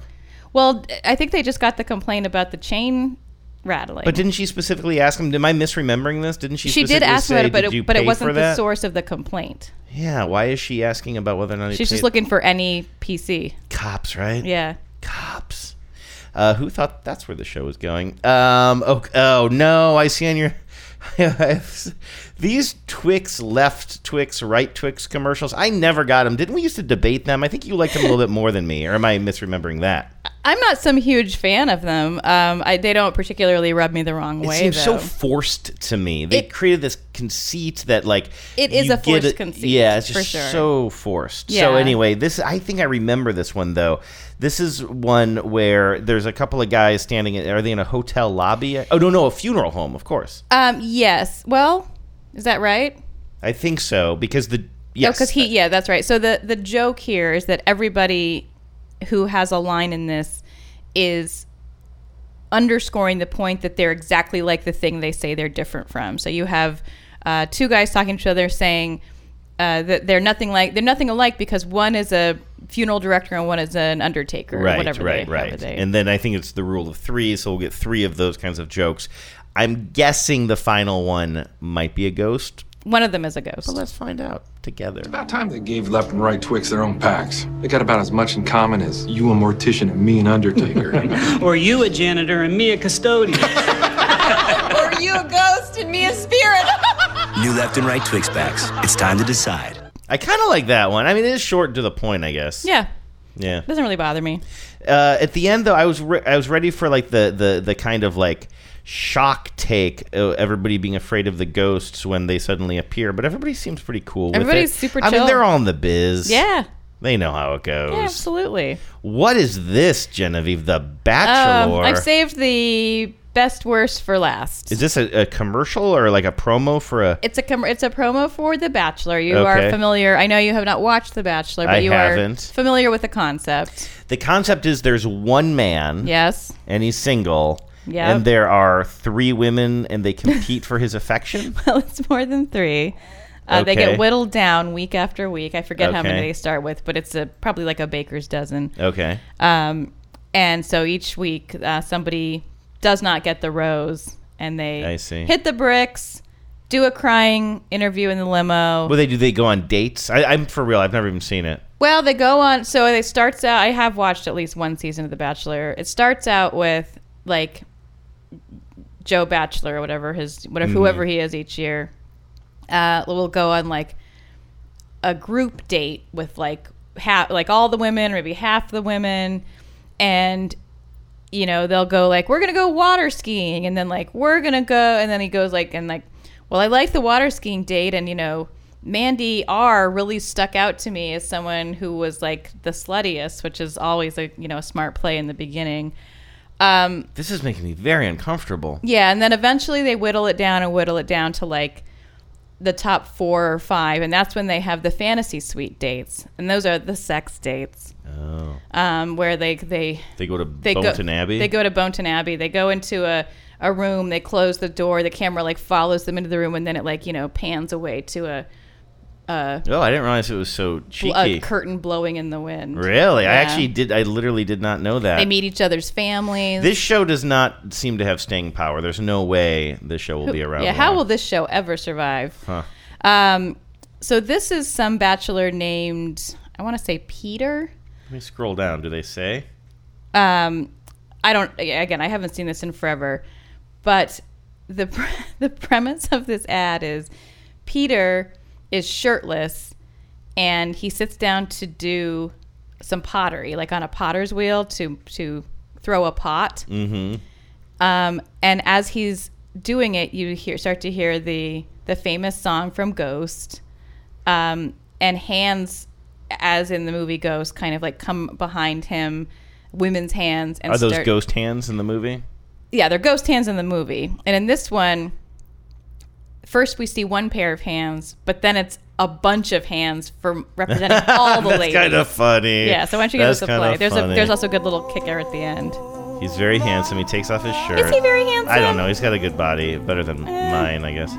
S7: Well, I think they just got the complaint about the chain rattling.
S5: But didn't she specifically ask him? Am I misremembering this? Didn't she?
S7: she did
S5: specifically
S7: ask
S5: say,
S7: about it, but
S5: "Did you
S7: it, but
S5: pay
S7: it
S5: for
S7: wasn't the
S5: that?"
S7: source of the complaint.
S5: Yeah, why is she asking about whether or not he
S7: She's just
S5: paid-
S7: looking for any PC.
S5: cops, right?
S7: Yeah.
S5: cops. Uh, who thought that's where the show was going? Um, oh, oh no, I see on your these Twix left Twix right Twix commercials. I never got them. Didn't we used to debate them? I think you liked them a little bit more than me, or am I misremembering that?
S7: I'm not some huge fan of them. Um, I, they don't particularly rub me the wrong way.
S5: it seems
S7: though.
S5: so forced to me. They created this conceit that like
S7: It is
S5: you
S7: a forced
S5: get
S7: conceit,
S5: Yeah, it's just
S7: for sure.
S5: so forced. So
S7: Yeah.
S5: anyway, this I think I remember this one though. This is one where there's a couple of guys standing. In, are they in a hotel lobby? Oh no, no, a funeral home, of course.
S7: Um, yes. Well, is that right?
S5: I think so because the yes,
S7: because Oh, he. Yeah, that's right. So the the joke here is that everybody who has a line in this is underscoring the point that they're exactly like the thing they say they're different from. So you have uh, two guys talking to each other saying uh, that they're nothing like they're nothing alike because one is a funeral director and one is an undertaker. or
S5: right,
S7: whatever
S5: right,
S7: they,
S5: right.
S7: whatever they-
S5: And then I think it's the rule of three, so we'll get three of those kinds of jokes. I'm guessing the final one might be a ghost.
S7: one of them is a ghost. Well,
S5: let's find out together.
S18: About time they gave left and right Twix their own packs. They got about as much in common as you a mortician and me an undertaker.
S19: or you a janitor and me a custodian.
S20: Or you a ghost and me a spirit?
S21: New left and right Twix packs. It's time to decide.
S5: I kind of like that one. I mean, it is short and to the point, I guess.
S7: Yeah,
S5: Yeah.
S7: doesn't really bother me.
S5: Uh, at the end, though, I was re- I was ready for like the the the kind of like shock take. Uh, everybody being afraid of the ghosts when they suddenly appear, but everybody seems pretty cool. with it.
S7: Everybody's super
S5: I mean,
S7: chill.
S5: they're all in the biz.
S7: Yeah.
S5: They know how it goes.
S7: Yeah, absolutely.
S5: What is this, Genevieve? The
S7: Um,
S5: Bachelor.
S7: I've saved the best worst for last.
S5: is this a, a commercial or like a promo for a?
S7: It's a com- it's a promo for The Bachelor. You
S5: Okay.
S7: are familiar. I know you have not watched The Bachelor, but
S5: I
S7: you
S5: haven't.
S7: are familiar with the concept.
S5: The concept is there's one man.
S7: Yes.
S5: And he's single.
S7: Yep.
S5: And there are three women, and they compete for his affection.
S7: Well, it's more than three. Uh, They
S5: Okay.
S7: get whittled down week after week. I forget how many
S5: Okay.
S7: they start with, but it's a, probably like a baker's dozen.
S5: Okay.
S7: Um, and so each week uh, somebody does not get the rose, and they
S5: I see.
S7: hit the bricks, do a crying interview in the limo.
S5: Well, they do. They go on dates. I, I'm for real. I've never even seen it.
S7: Well, they go on. So it starts out. I have watched at least one season of The Bachelor. It starts out with like Joe Bachelor or whatever his whatever
S5: Mm-hmm.
S22: Mhm.
S7: whoever he is each year. Uh, will go on like a group date with like half like all the women, or maybe half the women, and you know they'll go like we're gonna go water skiing, and then like we're gonna go, and then he goes like and like well I like the water skiing date, and you know Mandy R really stuck out to me as someone who was like the sluttiest, which is always a you know a smart play in the beginning. Um,
S5: This is making me very uncomfortable.
S7: yeah, and then eventually they whittle it down and whittle it down to like the top four or five, and that's when they have the fantasy suite dates, and those are the sex dates,
S5: Oh.
S7: um, where they they
S5: They go to
S7: they
S5: Bownton
S7: go,
S5: Abbey.
S7: They go to Bownton Abbey. They go into a a room. They close the door. The camera like follows them into the room, and then it like you know pans away to a. a
S5: Oh, I didn't realize it was so
S7: bl- a
S5: cheeky.
S7: curtain blowing in the wind.
S5: really? I
S7: Yeah.
S5: actually did. I literally did not know that.
S7: They meet each other's families.
S5: this show does not seem to have staying power. There's no way this show will
S7: Who-
S5: be around.
S7: Yeah,
S5: long.
S7: how will this show ever survive?
S5: Huh.
S7: Um, so this is some bachelor named I want to say Peter.
S5: Let me scroll down. Do they say?
S7: Um, I don't. Again, I haven't seen this in forever, but the pre- the premise of this ad is Peter is shirtless and he sits down to do some pottery, like on a potter's wheel to to throw a pot.
S5: Mm-hmm.
S7: Um, and as he's doing it, you hear start to hear the the famous song from Ghost, um, and hands, as in the movie Ghost, kind of like come behind him, women's hands. And
S5: Are those
S7: start-
S5: ghost hands in the movie?
S7: Yeah, they're ghost hands in the movie, and in this one, first we see one pair of hands, but then it's a bunch of hands for representing all the
S5: That's
S7: ladies.
S5: kinda funny.
S7: Yeah, so why don't you give
S5: That's
S7: us a
S5: kinda
S7: play? There's
S5: funny.
S7: a there's also a good little kicker at the end.
S5: He's very handsome. He takes off his shirt.
S7: Is he very handsome? Eh.
S5: I don't know. He's got a good body, better than mine, I guess.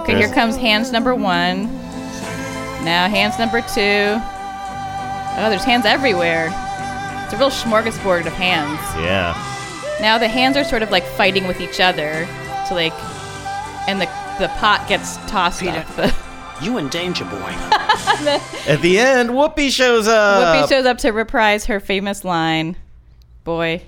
S7: Okay,
S5: There's-
S7: here comes hands number one. Now hands number two. Oh, there's hands everywhere. It's a real smorgasbord of hands.
S5: Yeah.
S7: Now the hands are sort of like fighting with each other to like, and the the pot gets tossed off the.
S21: You in danger, boy.
S5: At the end, Whoopi shows up.
S7: Whoopi shows up to reprise her famous line, "Boy,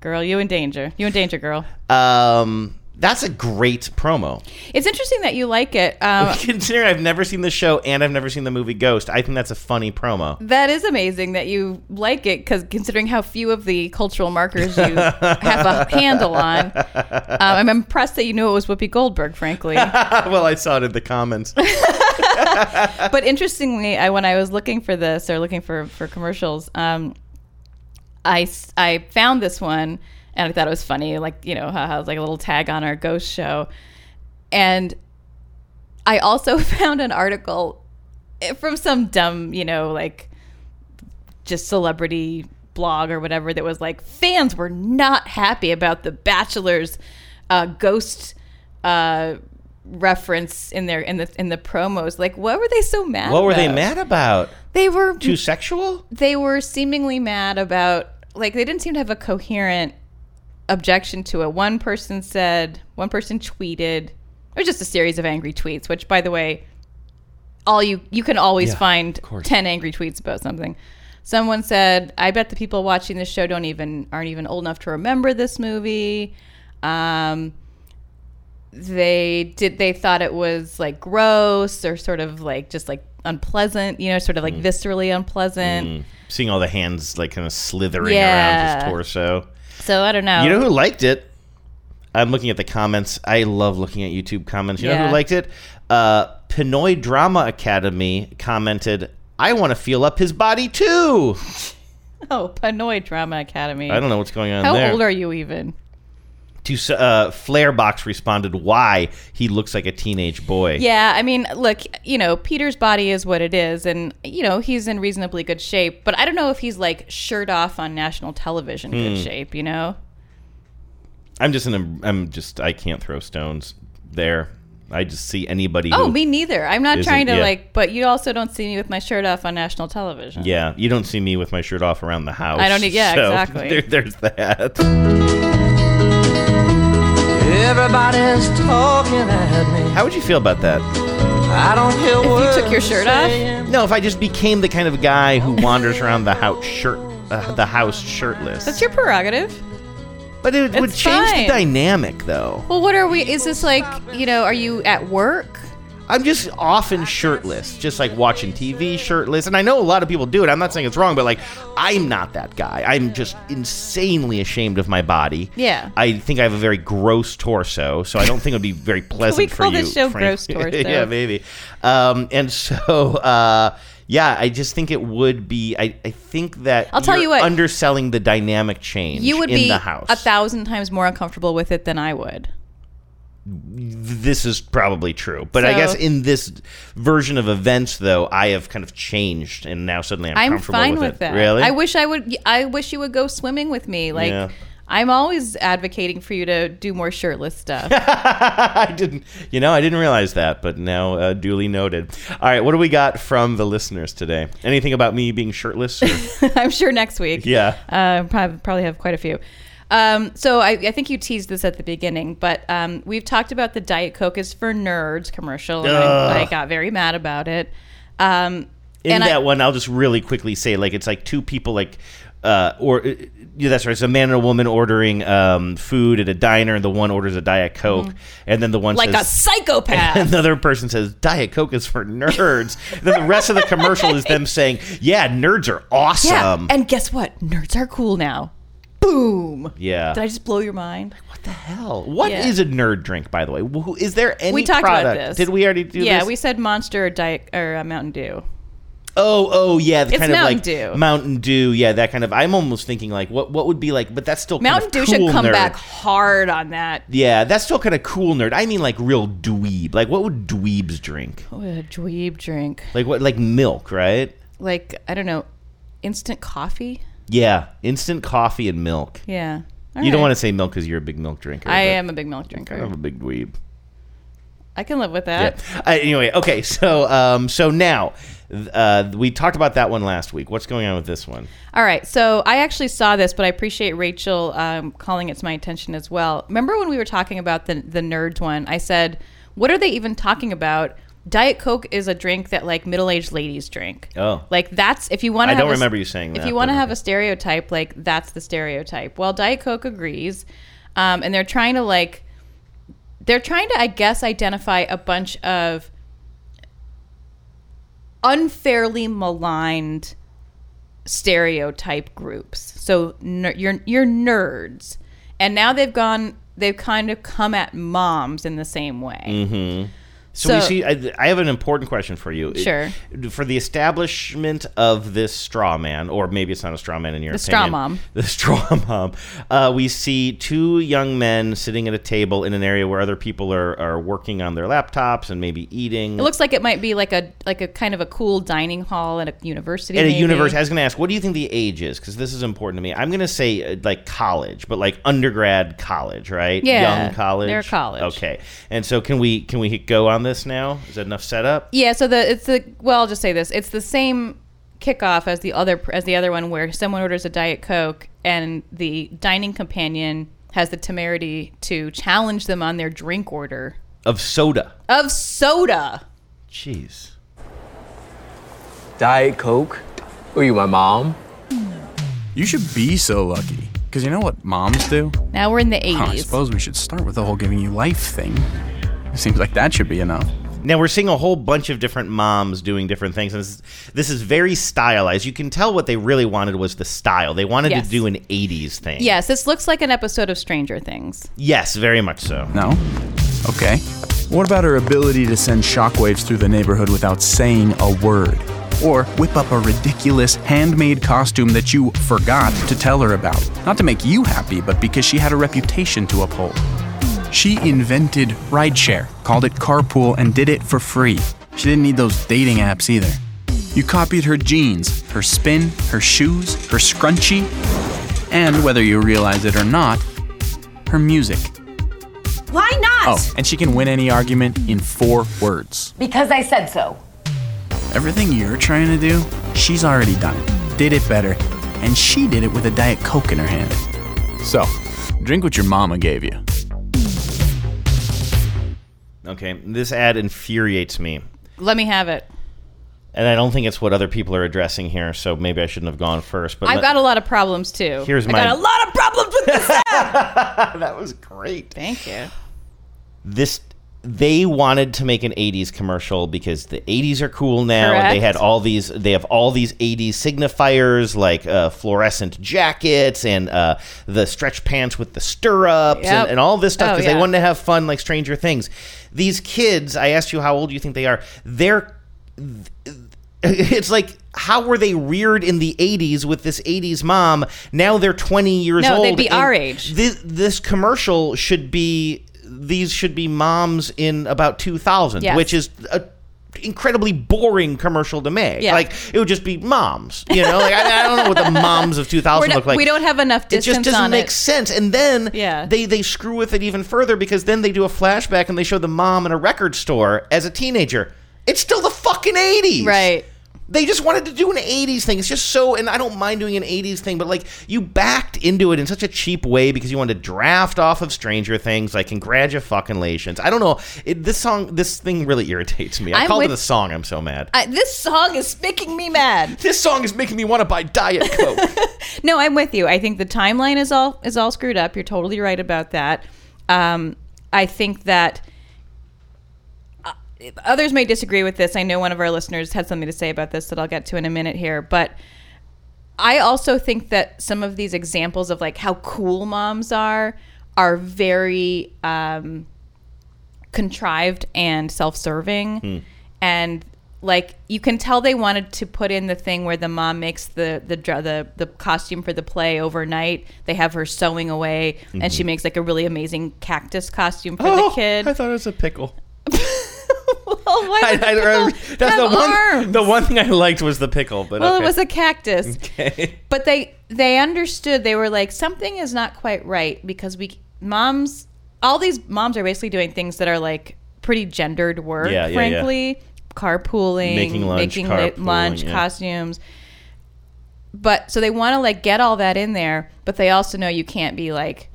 S7: girl, you in danger. You in danger, girl."
S5: Um, that's a great promo.
S7: It's interesting that you like it. Um,
S5: Considering I've never seen the show and I've never seen the movie Ghost, I think that's a funny promo.
S7: that is amazing that you like it because considering how few of the cultural markers you have a handle on, um, I'm impressed that you knew it was Whoopi Goldberg. Frankly,
S5: well, I saw it in the comments.
S7: but interestingly, I when I was looking for this or looking for for commercials, um, I s- I found this one and I thought it was funny, like you know how how it's like a little tag on our ghost show, and I also found an article eh, from some dumb you know like just celebrity blog or whatever that was like fans were not happy about the Bachelor's uh, ghost. Uh, reference in their in the in the promos like what were they so mad
S5: what were they
S7: about?
S5: mad about?
S7: they were
S5: Too sexual?
S7: they were seemingly mad about like they didn't seem to have a coherent objection to it. One person said, one person tweeted, it was just a series of angry tweets, which by the way, all you you can always
S1: Yeah,
S7: find
S1: of course.
S7: 10 angry tweets about something. Someone said, "I bet the people watching this show don't even aren't even old enough to remember this movie." Um they did they thought it was like gross or sort of like just like unpleasant, you know, sort of
S1: Mm.
S7: like viscerally unpleasant.
S5: Mm. Seeing all the hands like kind of slithering around
S7: Yeah. Oh.
S5: his torso.
S7: So I don't know.
S5: You know who liked it? I'm looking at the comments. I love looking at YouTube comments. You know
S7: Yeah.
S5: who liked it? Uh, Pinoy Drama Academy commented, I want to feel up his body too.
S7: Oh, Panoy Drama Academy.
S5: I don't know what's going on
S7: How
S5: there.
S7: old are you even?
S5: to uh, Flarebox responded why he looks like a teenage boy.
S7: Yeah, I mean, look, you know, Peter's body is what it is, and you know he's in reasonably good shape. But I don't know if he's like shirt off on national television good
S5: Hmm.
S7: shape. You know,
S5: I'm just an I'm just I can't throw stones there. I just see anybody.
S7: Oh,
S5: who
S7: me neither. I'm not
S5: isn't-
S7: trying to
S5: yeah.
S7: like, but you also don't see me with my shirt off on national television.
S5: Yeah, you don't see me with my shirt off around the house.
S7: I don't need- yeah,
S5: so
S7: exactly.
S5: there- there's that.
S22: Everybody's talking at me.
S5: How would you feel about that?
S22: I don't hear
S7: If you took your
S22: words
S7: shirt off?
S22: saying.
S5: No, if I just became the kind of guy who wanders around the house shirt, uh, the house shirtless.
S7: That's your prerogative.
S5: But it would change the dynamic, though.
S7: Well, what are we? Is this like you know? Are you at work?
S5: I'm just often shirtless, just like watching TV shirtless. And I know a lot of people do it. I'm not saying it's wrong, but like, I'm not that guy. I'm just insanely ashamed of my body.
S7: Yeah.
S5: I think I have a very gross torso, so I don't think it would be very pleasant
S7: we
S5: for
S7: call
S5: you.
S7: this show
S5: frankly.
S7: gross torso?
S5: yeah, maybe. Um, and so, uh, yeah, I just think it would be. I, I think that
S7: I'll tell
S5: you're
S7: you what.
S5: underselling the dynamic change.
S7: You would
S5: in
S7: be
S5: the house.
S7: a thousand times more uncomfortable with it than I would.
S5: this is probably true. But I
S7: So-
S5: guess in this version of events, though, I have kind of changed, and now suddenly I'm,
S7: I'm,
S5: comfortable
S7: fine
S5: with,
S7: with,
S5: it.
S7: that.
S5: Really?
S7: I wish I would. I wish you would go swimming with me. Like,
S5: Yeah.
S7: I'm always advocating for you to do more shirtless stuff.
S5: I didn't. You know, I didn't realize that, but now uh, duly noted. All right, what do we got from the listeners today? Anything about me being shirtless? or-
S7: I'm sure next week.
S5: yeah.
S7: Uh, prob- probably have quite a few. Um, so I, I think you teased this at the beginning, but um, we've talked about the Diet Coke is for nerds commercial, and I, I
S5: Ugh.
S7: got very mad about it. Um,
S5: In
S7: and I-
S5: that one, I'll just really quickly say, like, it's like two people like uh, or yeah, that's right. It's a man and a woman ordering um, food at a diner, and the one orders a diet
S7: Mm.
S5: coke, and then the one
S1: Like a
S5: says,
S1: psychopath.
S5: and another person says diet coke is for nerds. and then the rest of the commercial is them saying, "Yeah, nerds are awesome."
S7: Yeah. And guess what? Nerds are cool now. Boom.
S5: Yeah.
S7: Did I just blow your mind?
S5: what the hell? What is
S7: Yeah.
S5: a nerd drink, by the way? Wh- who- Is there any
S7: we talked about
S5: product-
S7: this.
S5: Did we already do
S7: yeah,
S5: this?
S7: we said Monster or Diet or uh, Mountain Dew.
S5: Oh, oh, yeah, the
S7: It's
S5: kind of
S7: Mountain
S5: like
S7: Dew.
S5: Mountain Dew, yeah, that kind of. I'm almost thinking like, what, what would be like? But that's still
S7: Mountain
S5: kind
S7: Dew
S5: of cool
S7: should come
S5: nerd.
S7: back hard on that.
S5: Yeah, that's still kind of cool nerd. I mean, like real dweeb. Like, what would dweebs drink?
S7: What would a dweeb drink?
S5: Like what? Like milk, right?
S7: Like I don't know, instant coffee.
S5: Yeah, instant coffee and milk.
S7: Yeah.
S5: you don't want to say milk because you're a big milk drinker.
S7: I
S5: but
S7: am a big milk
S5: you're
S7: drinker.
S5: Kind of a big dweeb.
S7: I can live with that.
S5: Yeah. Uh, anyway, okay, so um, so now th- uh, we talked about that one last week. What's going on with this one?
S7: All right. So I actually saw this, but I appreciate Rachel um, calling it to my attention as well. Remember when we were talking about the the nerds one? I said, "What are they even talking about?" Diet Coke is a drink that like middle aged ladies drink.
S5: Oh,
S7: Like that's if you want
S5: I
S7: to.
S5: don't remember you saying
S7: If
S5: that,
S7: you want to
S5: but-
S7: have a stereotype, like that's the stereotype. Well, Diet Coke agrees, um, and they're trying to like, they're trying to, I guess, identify a bunch of unfairly maligned stereotype groups. So ner- you're you're nerds, and now they've gone. They've kind of come at moms in the same way.
S5: Mm-hmm. So, we
S7: So-
S5: see. I, I have an important question for you.
S7: Sure.
S5: For the establishment of this straw man, or maybe it's not a straw man in your
S7: The
S5: opinion,
S7: straw mom.
S5: the straw mom. Uh, we see two young men sitting at a table in an area where other people are, are working on their laptops and maybe eating.
S7: It looks like it might be like a like a kind of a cool dining hall at a university.
S5: at a
S7: maybe.
S5: university. I was going to ask, what do you think the age is? Because this is important to me. I'm going to say uh, like college, but like undergrad college, right?
S7: Yeah,
S5: young college.
S7: they're college.
S5: Okay, and so can we can we go on this now? Is that enough setup?
S7: Yeah, so the it's the well, I'll just say this: it's the same kickoff as the other as the other one, where someone orders a diet coke and the dining companion has the temerity to challenge them on their drink order
S5: Of soda.
S7: of soda.
S5: Jeez.
S2: Diet Coke? Are you my mom?
S23: You should be so lucky. Because you know what moms do?
S7: Now we're in the
S23: Huh, I
S7: eighties.
S23: suppose we should start with the whole giving you life thing. It seems like that should be enough.
S5: Now we're seeing a whole bunch of different moms doing different things, and this is, this is very stylized. You can tell what they really wanted was the style. They wanted
S7: Yes.
S5: to do an '80s thing.
S7: yes, this looks like an episode of Stranger Things.
S5: Yes, very much so.
S23: No? Okay. What about her ability to send shockwaves through the neighborhood without saying a word? Or whip up a ridiculous handmade costume that you forgot to tell her about? Not to make you happy, but because she had a reputation to uphold. She invented rideshare, called it carpool, and did it for free. She didn't need those dating apps either. You copied her jeans, her spin, her shoes, her scrunchie, and whether you realize it or not, her music.
S24: Why not?
S23: Oh, and she can win any argument in four words.
S24: Because I said so.
S23: Everything you're trying to do, she's already done it, did it better, and she did it with a Diet Coke in her hand. So, drink what your mama gave you.
S5: Okay, this ad infuriates me,
S7: Let me have it.
S5: and I don't think it's what other people are addressing here. So maybe I shouldn't have gone first. But
S7: I've
S5: let-
S7: got a lot of problems too.
S5: Here's
S7: I
S5: mine.
S7: got a lot of problems with this ad.
S5: that was great.
S7: Thank you.
S5: this they wanted to make an 80s commercial because the 80s are cool now and they
S25: Correct.
S5: had all these they have all these 80s signifiers like uh, fluorescent jackets and uh, the stretch pants with the stirrups
S25: Yep.
S5: and, and all this stuff
S25: Oh,
S5: because
S25: yeah.
S5: they wanted to have fun like stranger things these kids i asked you how old you think they are they're it's like how were they reared in the 80s with this 80s mom now they're 20 years
S7: No,
S5: old
S7: they'd be
S5: and
S7: our age.
S5: this, this commercial should be these should be moms in about 2000
S7: Yes.
S5: which is a incredibly boring commercial to make
S7: Yeah.
S5: like it would just be moms you know like I, I don't know what the moms of
S7: We're
S5: 2000
S7: not-
S5: look like
S7: we don't have enough
S5: it
S7: distance
S5: just doesn't
S7: on
S5: make
S7: it.
S5: sense and then
S7: Yeah.
S5: they they screw with it even further because then they do a flashback and they show the mom in a record store as a teenager it's still the fucking 80s
S7: Right.
S5: They just wanted to do an 80s thing. It's just so, and I don't mind doing an 80s thing, but like you backed into it in such a cheap way because you wanted to draft off of Stranger Things. Like, congratulations. I don't know. It, this song, this thing really irritates me. I
S7: I'm
S5: called
S7: with-
S5: it a song. I'm so mad.
S7: I, this song is making me mad.
S5: This song is making me want to buy Diet Coke.
S7: no, I'm with you. I think the timeline is all is all screwed up. You're totally right about that. Um, I think that uh, others may disagree with this. I know one of our listeners had something to say about this that I'll get to in a minute here, but I also think that some of these examples of like how cool moms are are very um, contrived and self-serving
S1: Hmm.
S7: and like you can tell they wanted to put in the thing where the mom makes the the dr- the, the costume for the play overnight. They have her sewing away, and she
S5: Mhm.
S7: makes like a really amazing cactus costume for
S5: Oh,
S7: the kid.
S5: I thought it was a pickle.
S7: well, why
S5: I-
S7: would
S5: I-
S7: people
S5: that's the
S7: have
S5: one,
S7: arms?
S5: the one thing I liked was the pickle. But
S7: well,
S5: okay. Mm-hmm.
S7: it was a cactus.
S5: Okay.
S7: But they they understood. They were like something is not quite right because we moms all these moms are basically doing things that are like pretty gendered work,
S5: Yeah, yeah, yeah.
S7: frankly. Carpooling,
S5: Making lunch,
S7: making li-
S5: carpooling,
S7: lunch
S5: yeah.
S7: costumes. But so they want to like get all that in there, but they also know you can't be like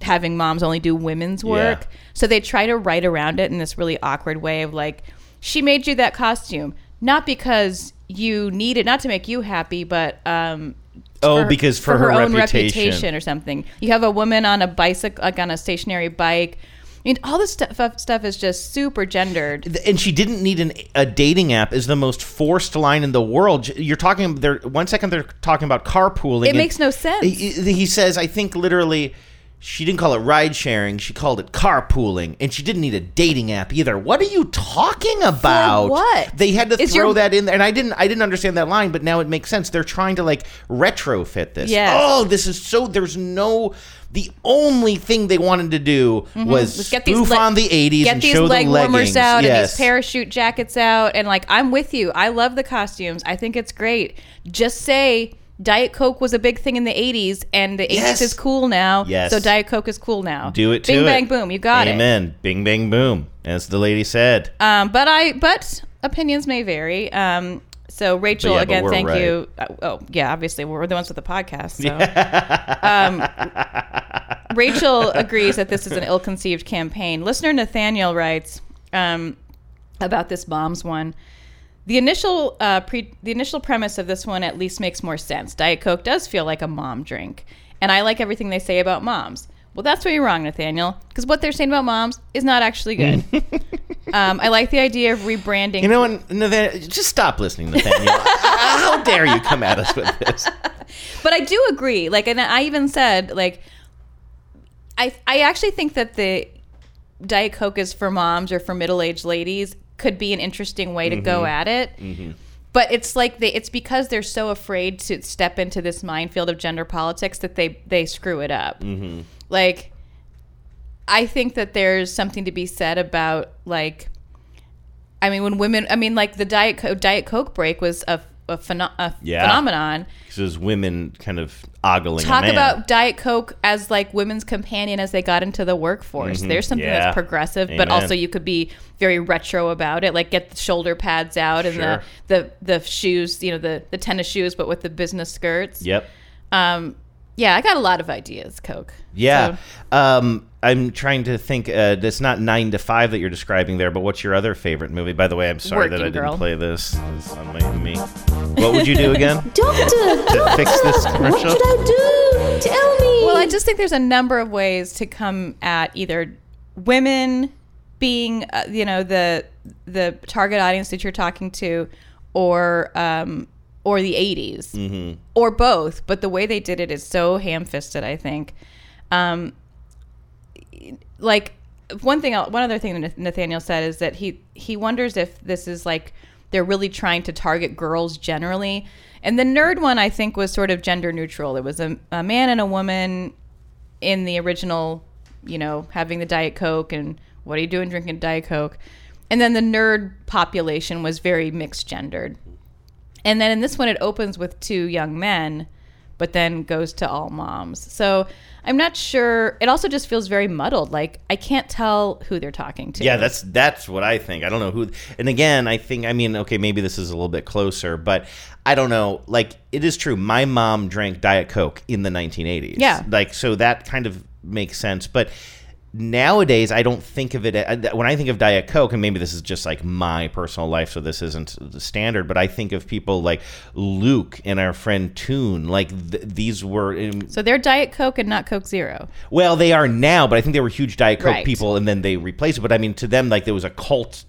S7: having moms only do women's
S1: Yeah.
S7: work. So they try to write around it in this really awkward way of like, she made you that costume, not because you need it, not to make you happy, but um,
S5: Oh, because for her
S7: own
S5: reputation.
S7: reputation or something. You have a woman on a bicycle, like on a stationary bike. I mean, all this stuff stuff is just super gendered.
S5: and she didn't need an, a dating app is the most forced line in the world. You're talking they're one second they're talking about carpooling.
S7: It
S5: and-
S7: makes no sense.
S5: He, he says, I think literally, she didn't call it ride sharing. She called it carpooling, and she didn't need a dating app either. What are you talking about?
S7: what?
S5: they had to
S7: Is
S5: throw
S7: your-
S5: that in there, and I didn't. I didn't understand that line, but now it makes sense. They're trying to like retrofit this.
S7: Yes.
S5: Oh, this is so. There's no. The only thing they wanted to do
S7: Mhm.
S5: was
S7: Let's
S5: spoof
S7: get these le-
S5: on the '80s
S7: Get
S5: and
S7: these
S5: show
S7: leg
S5: the leggings.
S7: warmers out and
S5: yes.
S7: these parachute jackets out, and like I'm with you. I love the costumes. I think it's great. Just say Diet Coke was a big thing in the '80s, and the '80s
S5: Yes.
S7: is cool now.
S5: Yes.
S7: So Diet Coke is cool now.
S5: Do it to
S7: Bing
S5: it.
S7: bang boom. You got it.
S5: Amen. Bing bang boom, as the lady said.
S7: Um, but I but opinions may vary. Um, so Rachel,
S5: yeah, but
S7: again,
S5: we're
S7: thank
S5: right.
S7: you. Uh, oh yeah, obviously we're the ones with the podcast. So. um, Rachel agrees that this is an ill-conceived campaign. Listener Nathaniel writes um, about this bombs one. The initial uh, pre- the initial premise of this one at least makes more sense. Diet Coke does feel like a mom drink, and I like everything they say about moms. Well, that's where you're wrong, Nathaniel, because what they're saying about moms is not actually good. um, I like the idea of rebranding.
S5: You know, and Nathan, just stop listening, Nathaniel. How dare you come at us with this?
S7: but I do agree. Like, and I even said, like, I I actually think that the Diet Coke is for moms or for middle aged ladies could be an interesting way to go
S1: Mhm.
S7: at it.
S1: Mm-hmm.
S7: But it's like they it's because they're so afraid to step into this minefield of gender politics that they they screw it up.
S1: Mm-hmm.
S7: Like, I think that there's something to be said about like, I mean, when women, I mean, like the Diet Co- Diet Coke break was a a, pheno- a
S5: Yeah.
S7: phenomenon.
S5: Because women kind of ogling. a
S7: Talk
S5: man.
S7: about Diet Coke as like women's companion as they got into the workforce.
S5: Mhm.
S7: There's something
S5: Yeah.
S7: that's progressive,
S5: Amen.
S7: but also you could be very retro about it. Like get the shoulder pads out and
S5: Sure.
S7: the, the the shoes, you know, the the tennis shoes, but with the business skirts.
S5: Yep.
S7: Um, yeah, I got a lot of ideas. Coke.
S5: Yeah. Um, I'm trying to think. Uh, it's not nine to five that you're describing there, but what's your other favorite movie? By the way, I'm sorry that I
S1: Working
S5: didn't
S1: Girl.
S5: play this. It's on my- me. What would you do again?
S7: Doctor,
S5: to fix this commercial?
S7: I do? Tell me. Well, I just think there's a number of ways to come at either women being, uh, you know, the the target audience that you're talking to, or um, or the '80s,
S1: Mhm.
S7: or both. But the way they did it is so ham-fisted. I think, um, like one thing, one other thing that Nathaniel said is that he he wonders if this is like they're really trying to target girls generally. And the nerd one, I think, was sort of gender neutral. It was a, a man and a woman in the original, you know, having the Diet Coke and what are you doing drinking Diet Coke? And then the nerd population was very mixed gendered. And then in this one, it opens with two young men but then goes to all moms. So I'm not sure. It also just feels very muddled. Like I can't tell who they're talking to.
S5: Yeah, that's that's what I think. I don't know who. And again, I think I mean, okay, maybe this is a little bit closer, but I don't know. Like it is true. My mom drank Diet Coke in the 1980s.
S7: Yeah.
S5: like so that kind of makes sense, but. Nowadays, I don't think of it I- when I think of Diet Coke, and maybe this is just like my personal life, so this isn't the standard. But I think of people like Luke and our friend Toon. Like th- these were um,
S7: So they're Diet Coke and not Coke Zero.
S5: well, they are now, but I think they were huge Diet Coke
S7: Right.
S5: people, and then they replaced it. But I mean, to them, like there was a cult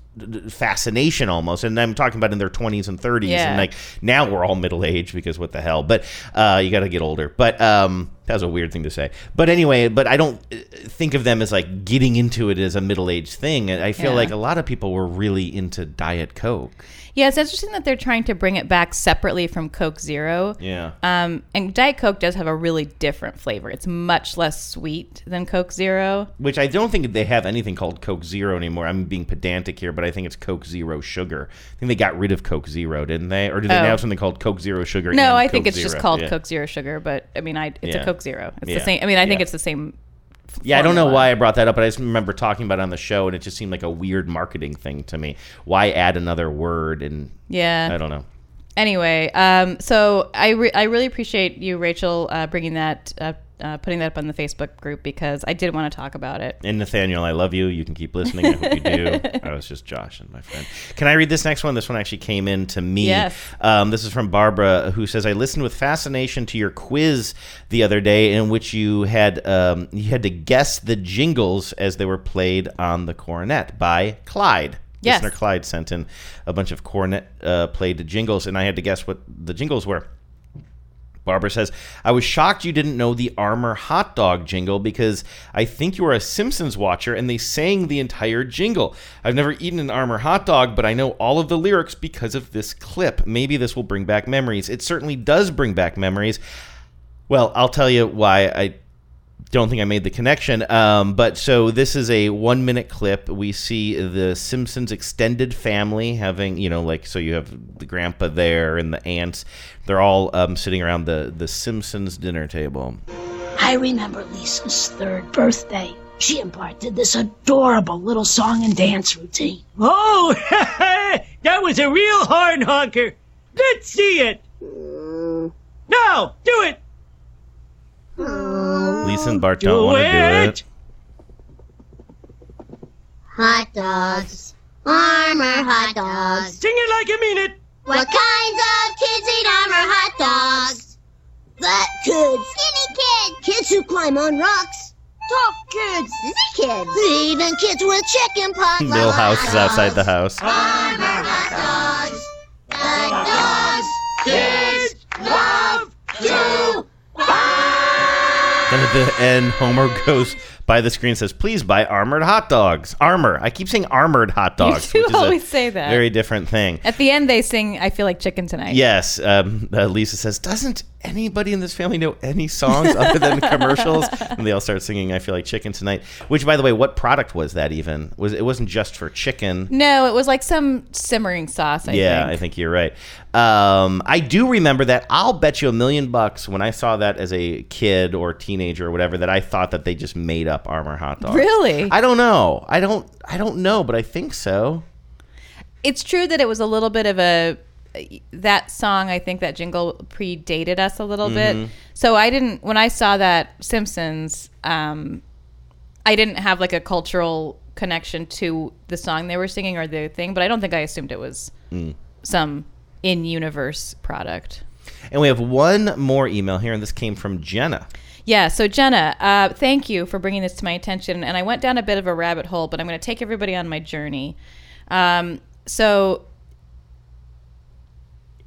S5: fascination almost, and I'm talking about in their 20s and 30s,
S7: Yeah.
S5: and like now we're all middle aged because what the hell? But uh, you got to get older. But um, that was a weird thing to say. But anyway, but I don't uh, think of them as like getting into it as a middle aged thing. I
S7: Yeah.
S5: feel like a lot of people were really into Diet Coke.
S7: Yeah, it's interesting that they're trying to bring it back separately from Coke Zero.
S5: Yeah.
S7: Um, and Diet Coke does have a really different flavor. It's much less sweet than Coke Zero.
S5: which I don't think they have anything called Coke Zero anymore. I'm being pedantic here, but I think it's Coke Zero Sugar. I think they got rid of Coke Zero, didn't they? Or do they
S7: Oh.
S5: now have something called Coke Zero Sugar?
S7: no,
S5: and
S7: I think
S5: Coke
S7: it's just
S5: Zero?
S7: called
S5: Yeah.
S7: Coke Zero Sugar, but I mean, I it's
S5: Yeah.
S7: a Coke Zero. It's
S5: Yeah.
S7: the same. I mean, I think
S5: Yeah.
S7: it's the same.
S5: Yeah, I don't know why I brought that up, but I just remember talking about it on the show, and it just seemed like a weird marketing thing to me. Why add another word? And
S7: Yeah.
S5: I don't know.
S7: Anyway, um, so I re- I really appreciate you, Rachel, uh, bringing that up, uh, putting that up on the Facebook group because I did want to talk about it.
S5: And Nathaniel, I love you. You can keep listening. I hope you do. I was just Josh and my friend. Can I read this next one? This one actually came in to me.
S1: Yes.
S5: Um, this is from Barbara, who says, "I listened with fascination to your quiz the other day, in which you had um, you had to guess the jingles as they were played on the cornet by Clyde."
S1: Yes.
S5: Listener Clyde sent in a bunch of cornet uh, played jingles, and I had to guess what the jingles were. Barbara says, I was shocked you didn't know the Armor hot dog jingle because I think you are a Simpsons watcher and they sang the entire jingle. I've never eaten an Armor hot dog, but I know all of the lyrics because of this clip. Maybe this will bring back memories. It certainly does bring back memories. Well, I'll tell you why I don't think I made the connection. Um, but so this is a one minute clip. We see the Simpsons extended family having, you know, like, so you have the grandpa there and the aunts. They're all um, sitting around the, the Simpsons dinner table.
S3: I remember Lisa's third birthday. She and Bart did this adorable little song and dance routine.
S19: Oh, that was a real horn honker. Let's see it. No, do it.
S5: Lisa and Bart don't want to do it.
S4: Hot dogs. Armor hot dogs. Sing it like you mean it. What kinds of kids eat armor hot dogs? Fat kids. Skinny kids. Kids who climb on rocks. Tough kids. Dizzy kids. Even kids with chicken pox.
S5: Bill House is outside the house.
S4: dogs. Hot dogs. Kids love to.
S5: Then at the end, Homer goes by the screen and says, Please buy armored hot dogs. Armor. I keep saying armored hot dogs.
S7: do
S5: which is a
S7: always say that.
S5: Very different thing.
S7: At the end, they sing "I Feel Like Chicken Tonight."
S5: Yes, um, uh, Lisa says, "Doesn't anybody in this family know any songs other than commercials?" And they all start singing, "I feel like chicken tonight." Which, by the way, what product was that? Even was it wasn't just for chicken?
S7: No, it was like some simmering sauce. I
S5: yeah,
S7: think.
S5: I think you're right. Um, I do remember that. I'll bet you a million bucks when I saw that as a kid or teenager or whatever that I thought that they just made up Armor hot dogs.
S7: Really?
S5: I don't know. I don't. I don't know, but I think so.
S7: it's true that it was a little bit of a that song i think that jingle predated us a little
S5: Mhm.
S7: bit so i didn't when i saw that simpsons um i didn't have like a cultural connection to the song they were singing or the thing but i don't think i assumed it was
S5: Mm.
S7: some in universe product
S5: And we have one more email here, and this came from Jenna.
S7: yeah so jenna uh, thank you for bringing this to my attention and i went down a bit of a rabbit hole but i'm going to take everybody on my journey um, so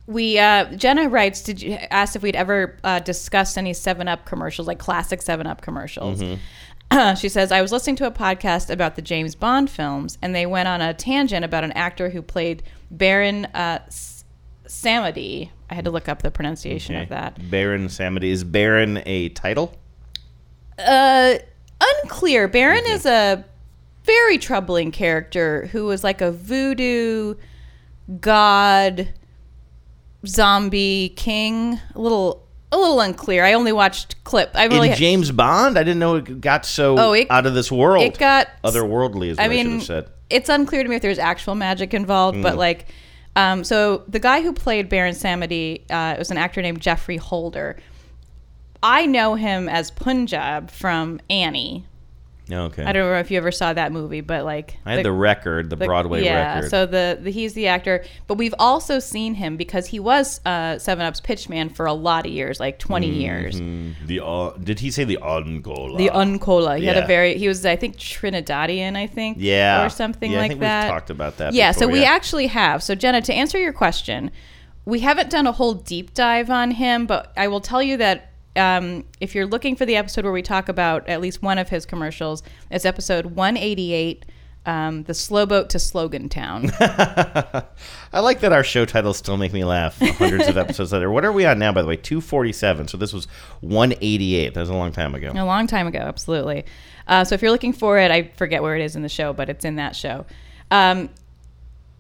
S7: we uh, Jenna writes. Did you asked if we'd ever uh, discussed any Seven Up commercials, like classic Seven Up commercials? she says I was listening to a podcast about the James Bond films, and they went on a tangent about an actor who played Baron uh, S- Samedi. I had to look up the pronunciation of that.
S5: Baron Samedi is Baron a title?
S7: Uh, unclear. Baron is a very troubling character who is like a voodoo god zombie king, a little a little unclear. I only watched clip. I really
S5: in James Bond, I didn't know it got so
S7: Oh, it-
S5: out of this world.
S7: it got-
S5: otherworldly, is what I,
S7: I mean,
S5: should have said.
S7: it's unclear to me if there's actual magic involved, but
S5: Mm.
S7: like, um, so the guy who played Baron Samedi uh, it was an actor named Jeffrey Holder. I know him as Punjab from Annie.
S5: Okay,
S7: I don't know if you ever saw that movie, but like,
S5: I had the record, the Broadway
S7: yeah,
S5: record.
S7: so the, the he's the actor, but we've also seen him because he was uh, Seven Up's pitch man for a lot of years, like 20 years.
S5: Mhm. The uh, did he say the Angola?
S7: The Uncola. He had
S5: Yeah.
S7: a very. He was, I think, Trinidadian. I think.
S5: Yeah.
S7: Or something
S5: Yeah, I
S7: like
S5: think we've
S7: that.
S5: talked about that
S7: Yeah. so
S5: before,
S7: we
S5: yeah.
S7: actually have. So Jenna, to answer your question, we haven't done a whole deep dive on him, but I will tell you that. Um, if you're looking for the episode where we talk about at least one of his commercials, it's episode 188, um, the slow boat to Slogan Town.
S5: I like that our show titles still make me laugh. Hundreds of episodes later, what are we on now? By the way, two forty-seven. So this was one eighty-eight. That was a long time ago.
S7: A long time ago, absolutely. Uh, so if you're looking for it, I forget where it is in the show, but it's in that show. Um,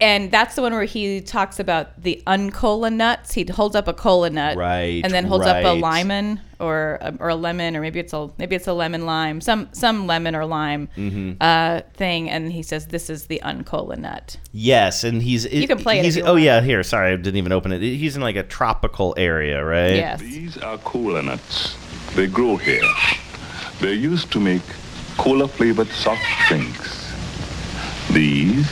S7: and that's the one where he talks about the uncola nuts. He holds up a cola nut,
S5: Right,
S7: and then holds up a
S5: right.
S7: lemon or a, or a lemon, or maybe it's a maybe it's a lemon lime, some some lemon or lime
S5: Mhm.
S7: uh, thing. And he says, "This is the uncola nut."
S5: Yes, and he's
S7: You can play it if
S5: he's-
S7: you
S5: oh yeah, here. Sorry, I didn't even open it. He's in like a tropical area, right?
S7: Yes.
S1: These are cola nuts. They grow here. They're used to make cola flavored soft drinks. These,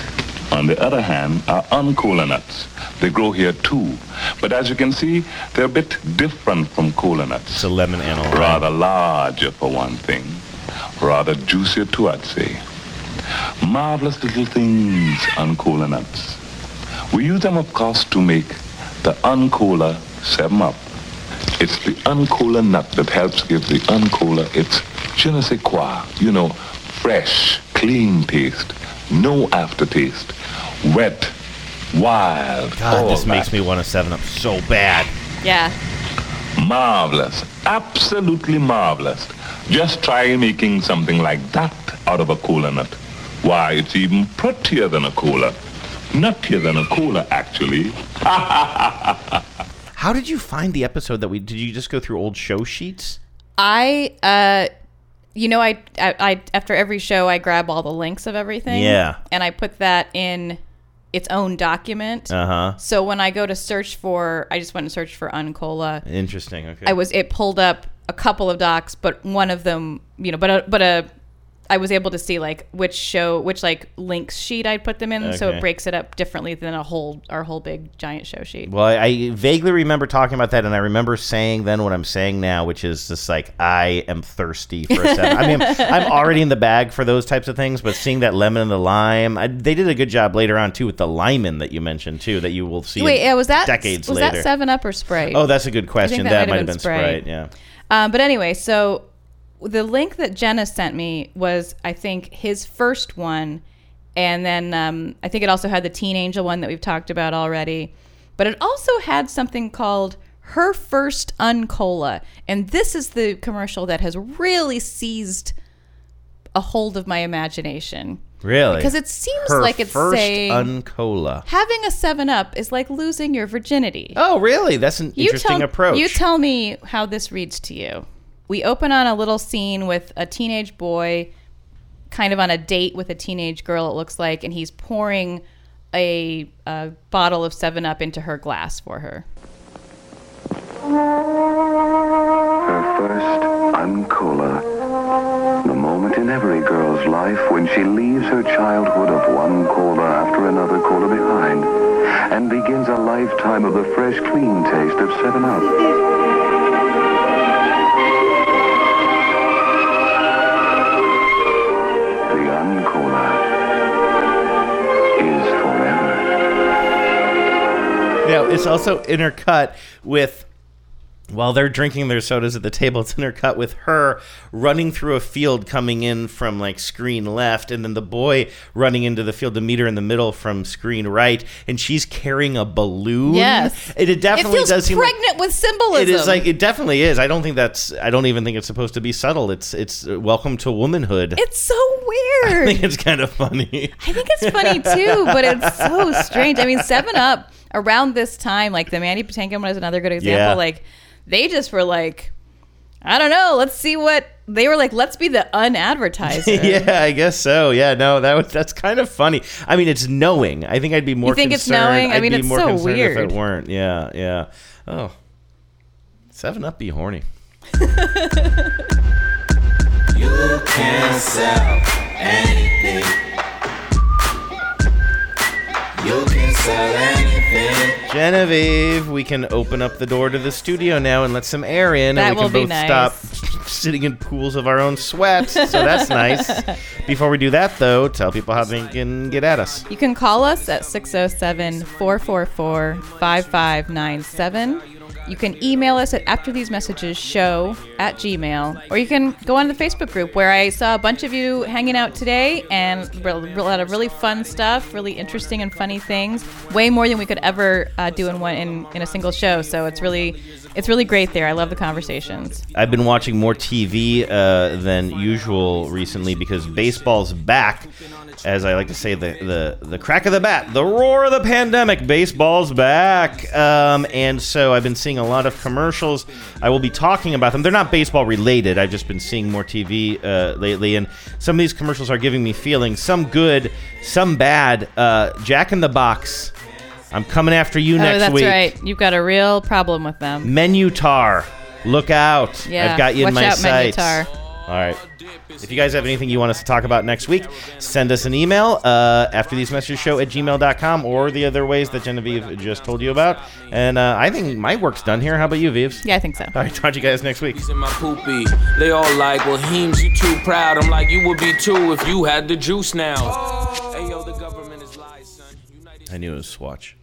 S1: on the other hand, are uncola nuts. They grow here too. But as you can see, they're a bit different from cola nuts. It's
S5: a lemon analog.
S1: Rather larger for one thing. Rather juicier too, I'd say. Marvelous little things, uncola nuts. We use them, of course, to make the uncola 7-Up. It's the uncola nut that helps give the uncola its je ne sais quoi, you know, fresh, clean taste, no aftertaste, wet, wild.
S5: God, this makes
S1: me
S5: want a 7-Up so bad.
S7: Yeah.
S1: Marvelous, absolutely marvelous. Just try making something like that out of a cola nut. Why, it's even prettier than a cola. Nuttier than a cola, actually.
S5: How did you find the episode that we did? You just go through old show sheets?
S7: I, uh, you know, I, I, I after every show, I grab all the links of everything.
S5: Yeah.
S7: And I put that in its own document.
S5: Uh huh.
S7: So when I go to search for, I just went and searched for Uncola.
S5: Interesting. Okay.
S7: I was it pulled up a couple of docs, but one of them, you know, but a, but a, I was able to see like which show, which like links sheet I put them in, so
S5: Okay.
S7: it breaks it up differently than a whole our whole big giant show sheet.
S5: Well, I, I vaguely remember talking about that, and I remember saying then what I'm saying now, which is just like I am thirsty for a seven. I mean, I'm already in the bag for those types of things, but seeing that lemon and the lime, I, they did a good job later on too with the limen that you mentioned too, that you will see. in
S7: Wait, yeah, was that
S5: decades
S7: was
S5: later?
S7: that Seven Up or Sprite?
S5: Oh, that's a good
S7: I think
S5: question. That, might have been Sprite. Yeah.
S7: Um, but anyway, so the link that Jenna sent me was, I think, his first one. And then um, I think it also had the Teen Angel one that we've talked about already. But it also had something called Her First Uncola. And this is the commercial that has really seized a hold of my imagination.
S5: Really?
S7: Because it seems
S5: Her
S7: like it's
S5: first
S7: saying-
S5: Uncola.
S7: Having a 7 Up is like losing your virginity.
S5: Oh, really? That's an interesting
S7: tell,
S5: approach.
S7: You tell me how this reads to you. We open on a little scene with a teenage boy, kind of on a date with a teenage girl. It looks like, and he's pouring a, a bottle of Seven Up into her glass for her.
S8: Uncola. The moment in every girl's life when she leaves her childhood of one cola after another cola behind and begins a lifetime of the fresh, clean taste of 7-Up. The Uncola is
S5: Now, it's also intercut with while they're drinking their sodas at the table, it's intercut with her running through a field coming in from like screen left, and then the boy running into the field to meet her in the middle from screen right, and she's carrying a balloon.
S7: Yes.
S5: It, it definitely
S7: it feels
S5: does seem like
S7: pregnant with symbolism.
S5: it is like it definitely is. I don't think that's I don't even think it's supposed to be subtle. It's it's uh, welcome to womanhood.
S7: it's so weird.
S5: I think it's kind of funny.
S7: I think it's funny too, but it's so strange. I mean, Seven Up. around this time, like the Mandy Patinkin one is another good example.
S5: Yeah.
S7: Like they just were like, I don't know, let's see what they were like. Let's be the unadvertiser.
S5: yeah, I guess so. Yeah, no, that was that's kind of funny. I mean, it's knowing. I think I'd be more.
S7: You think it's
S5: concerned-
S7: knowing? I
S5: I'd
S7: mean,
S5: be
S7: it's
S5: more
S7: so
S5: concerned if
S7: weird.
S5: it weren't. Yeah, yeah. Oh, Seven Up be horny.
S6: You can sell anything. You can sell anything.
S5: Genevieve, we can open up the door to the studio now and let some air in,
S6: That
S5: and we
S6: will
S5: can
S6: be
S5: both
S6: nice.
S5: stop sitting in pools of our own sweat. so that's nice. Before we do that, though, tell people how they can get at us.
S7: You can call us at 607 444 5597. You can email us at after these messages show at gmail, or you can go on to the Facebook group where I saw a bunch of you hanging out today and a lot of really fun stuff, really interesting and funny things, way more than we could ever uh, do in one in, in a single show. So it's really it's really great there. I love the conversations.
S5: I've been watching more TV uh, than usual recently because baseball's back. As I like to say, the, the, the crack of the bat, the roar of the pandemic, baseball's back. Um, and so I've been seeing a lot of commercials. I will be talking about them. They're not baseball related. I've just been seeing more TV uh, lately. And some of these commercials are giving me feelings some good, some bad. Uh, Jack in the Box, I'm coming after you
S7: oh,
S5: next
S7: that's
S5: week.
S7: right. You've got a real problem with them.
S5: Menutar. Look out.
S7: Yeah,
S5: I've got you in
S7: watch
S5: my
S7: out,
S5: sights.
S7: Menutar.
S5: All right. If you guys have anything you want us to talk about next week, send us an email uh, after these messages show at gmail.com or the other ways that Genevieve just told you about. And uh, I think my work's done here. How about you, Vives?
S7: Yeah, I think so.
S5: All right, talk to you guys next week.
S9: in my poopy. They all like, well, Heems, you too proud. I'm like, you would be too if you had the juice now. Hey, yo, the government is lying.
S5: I knew it was Swatch.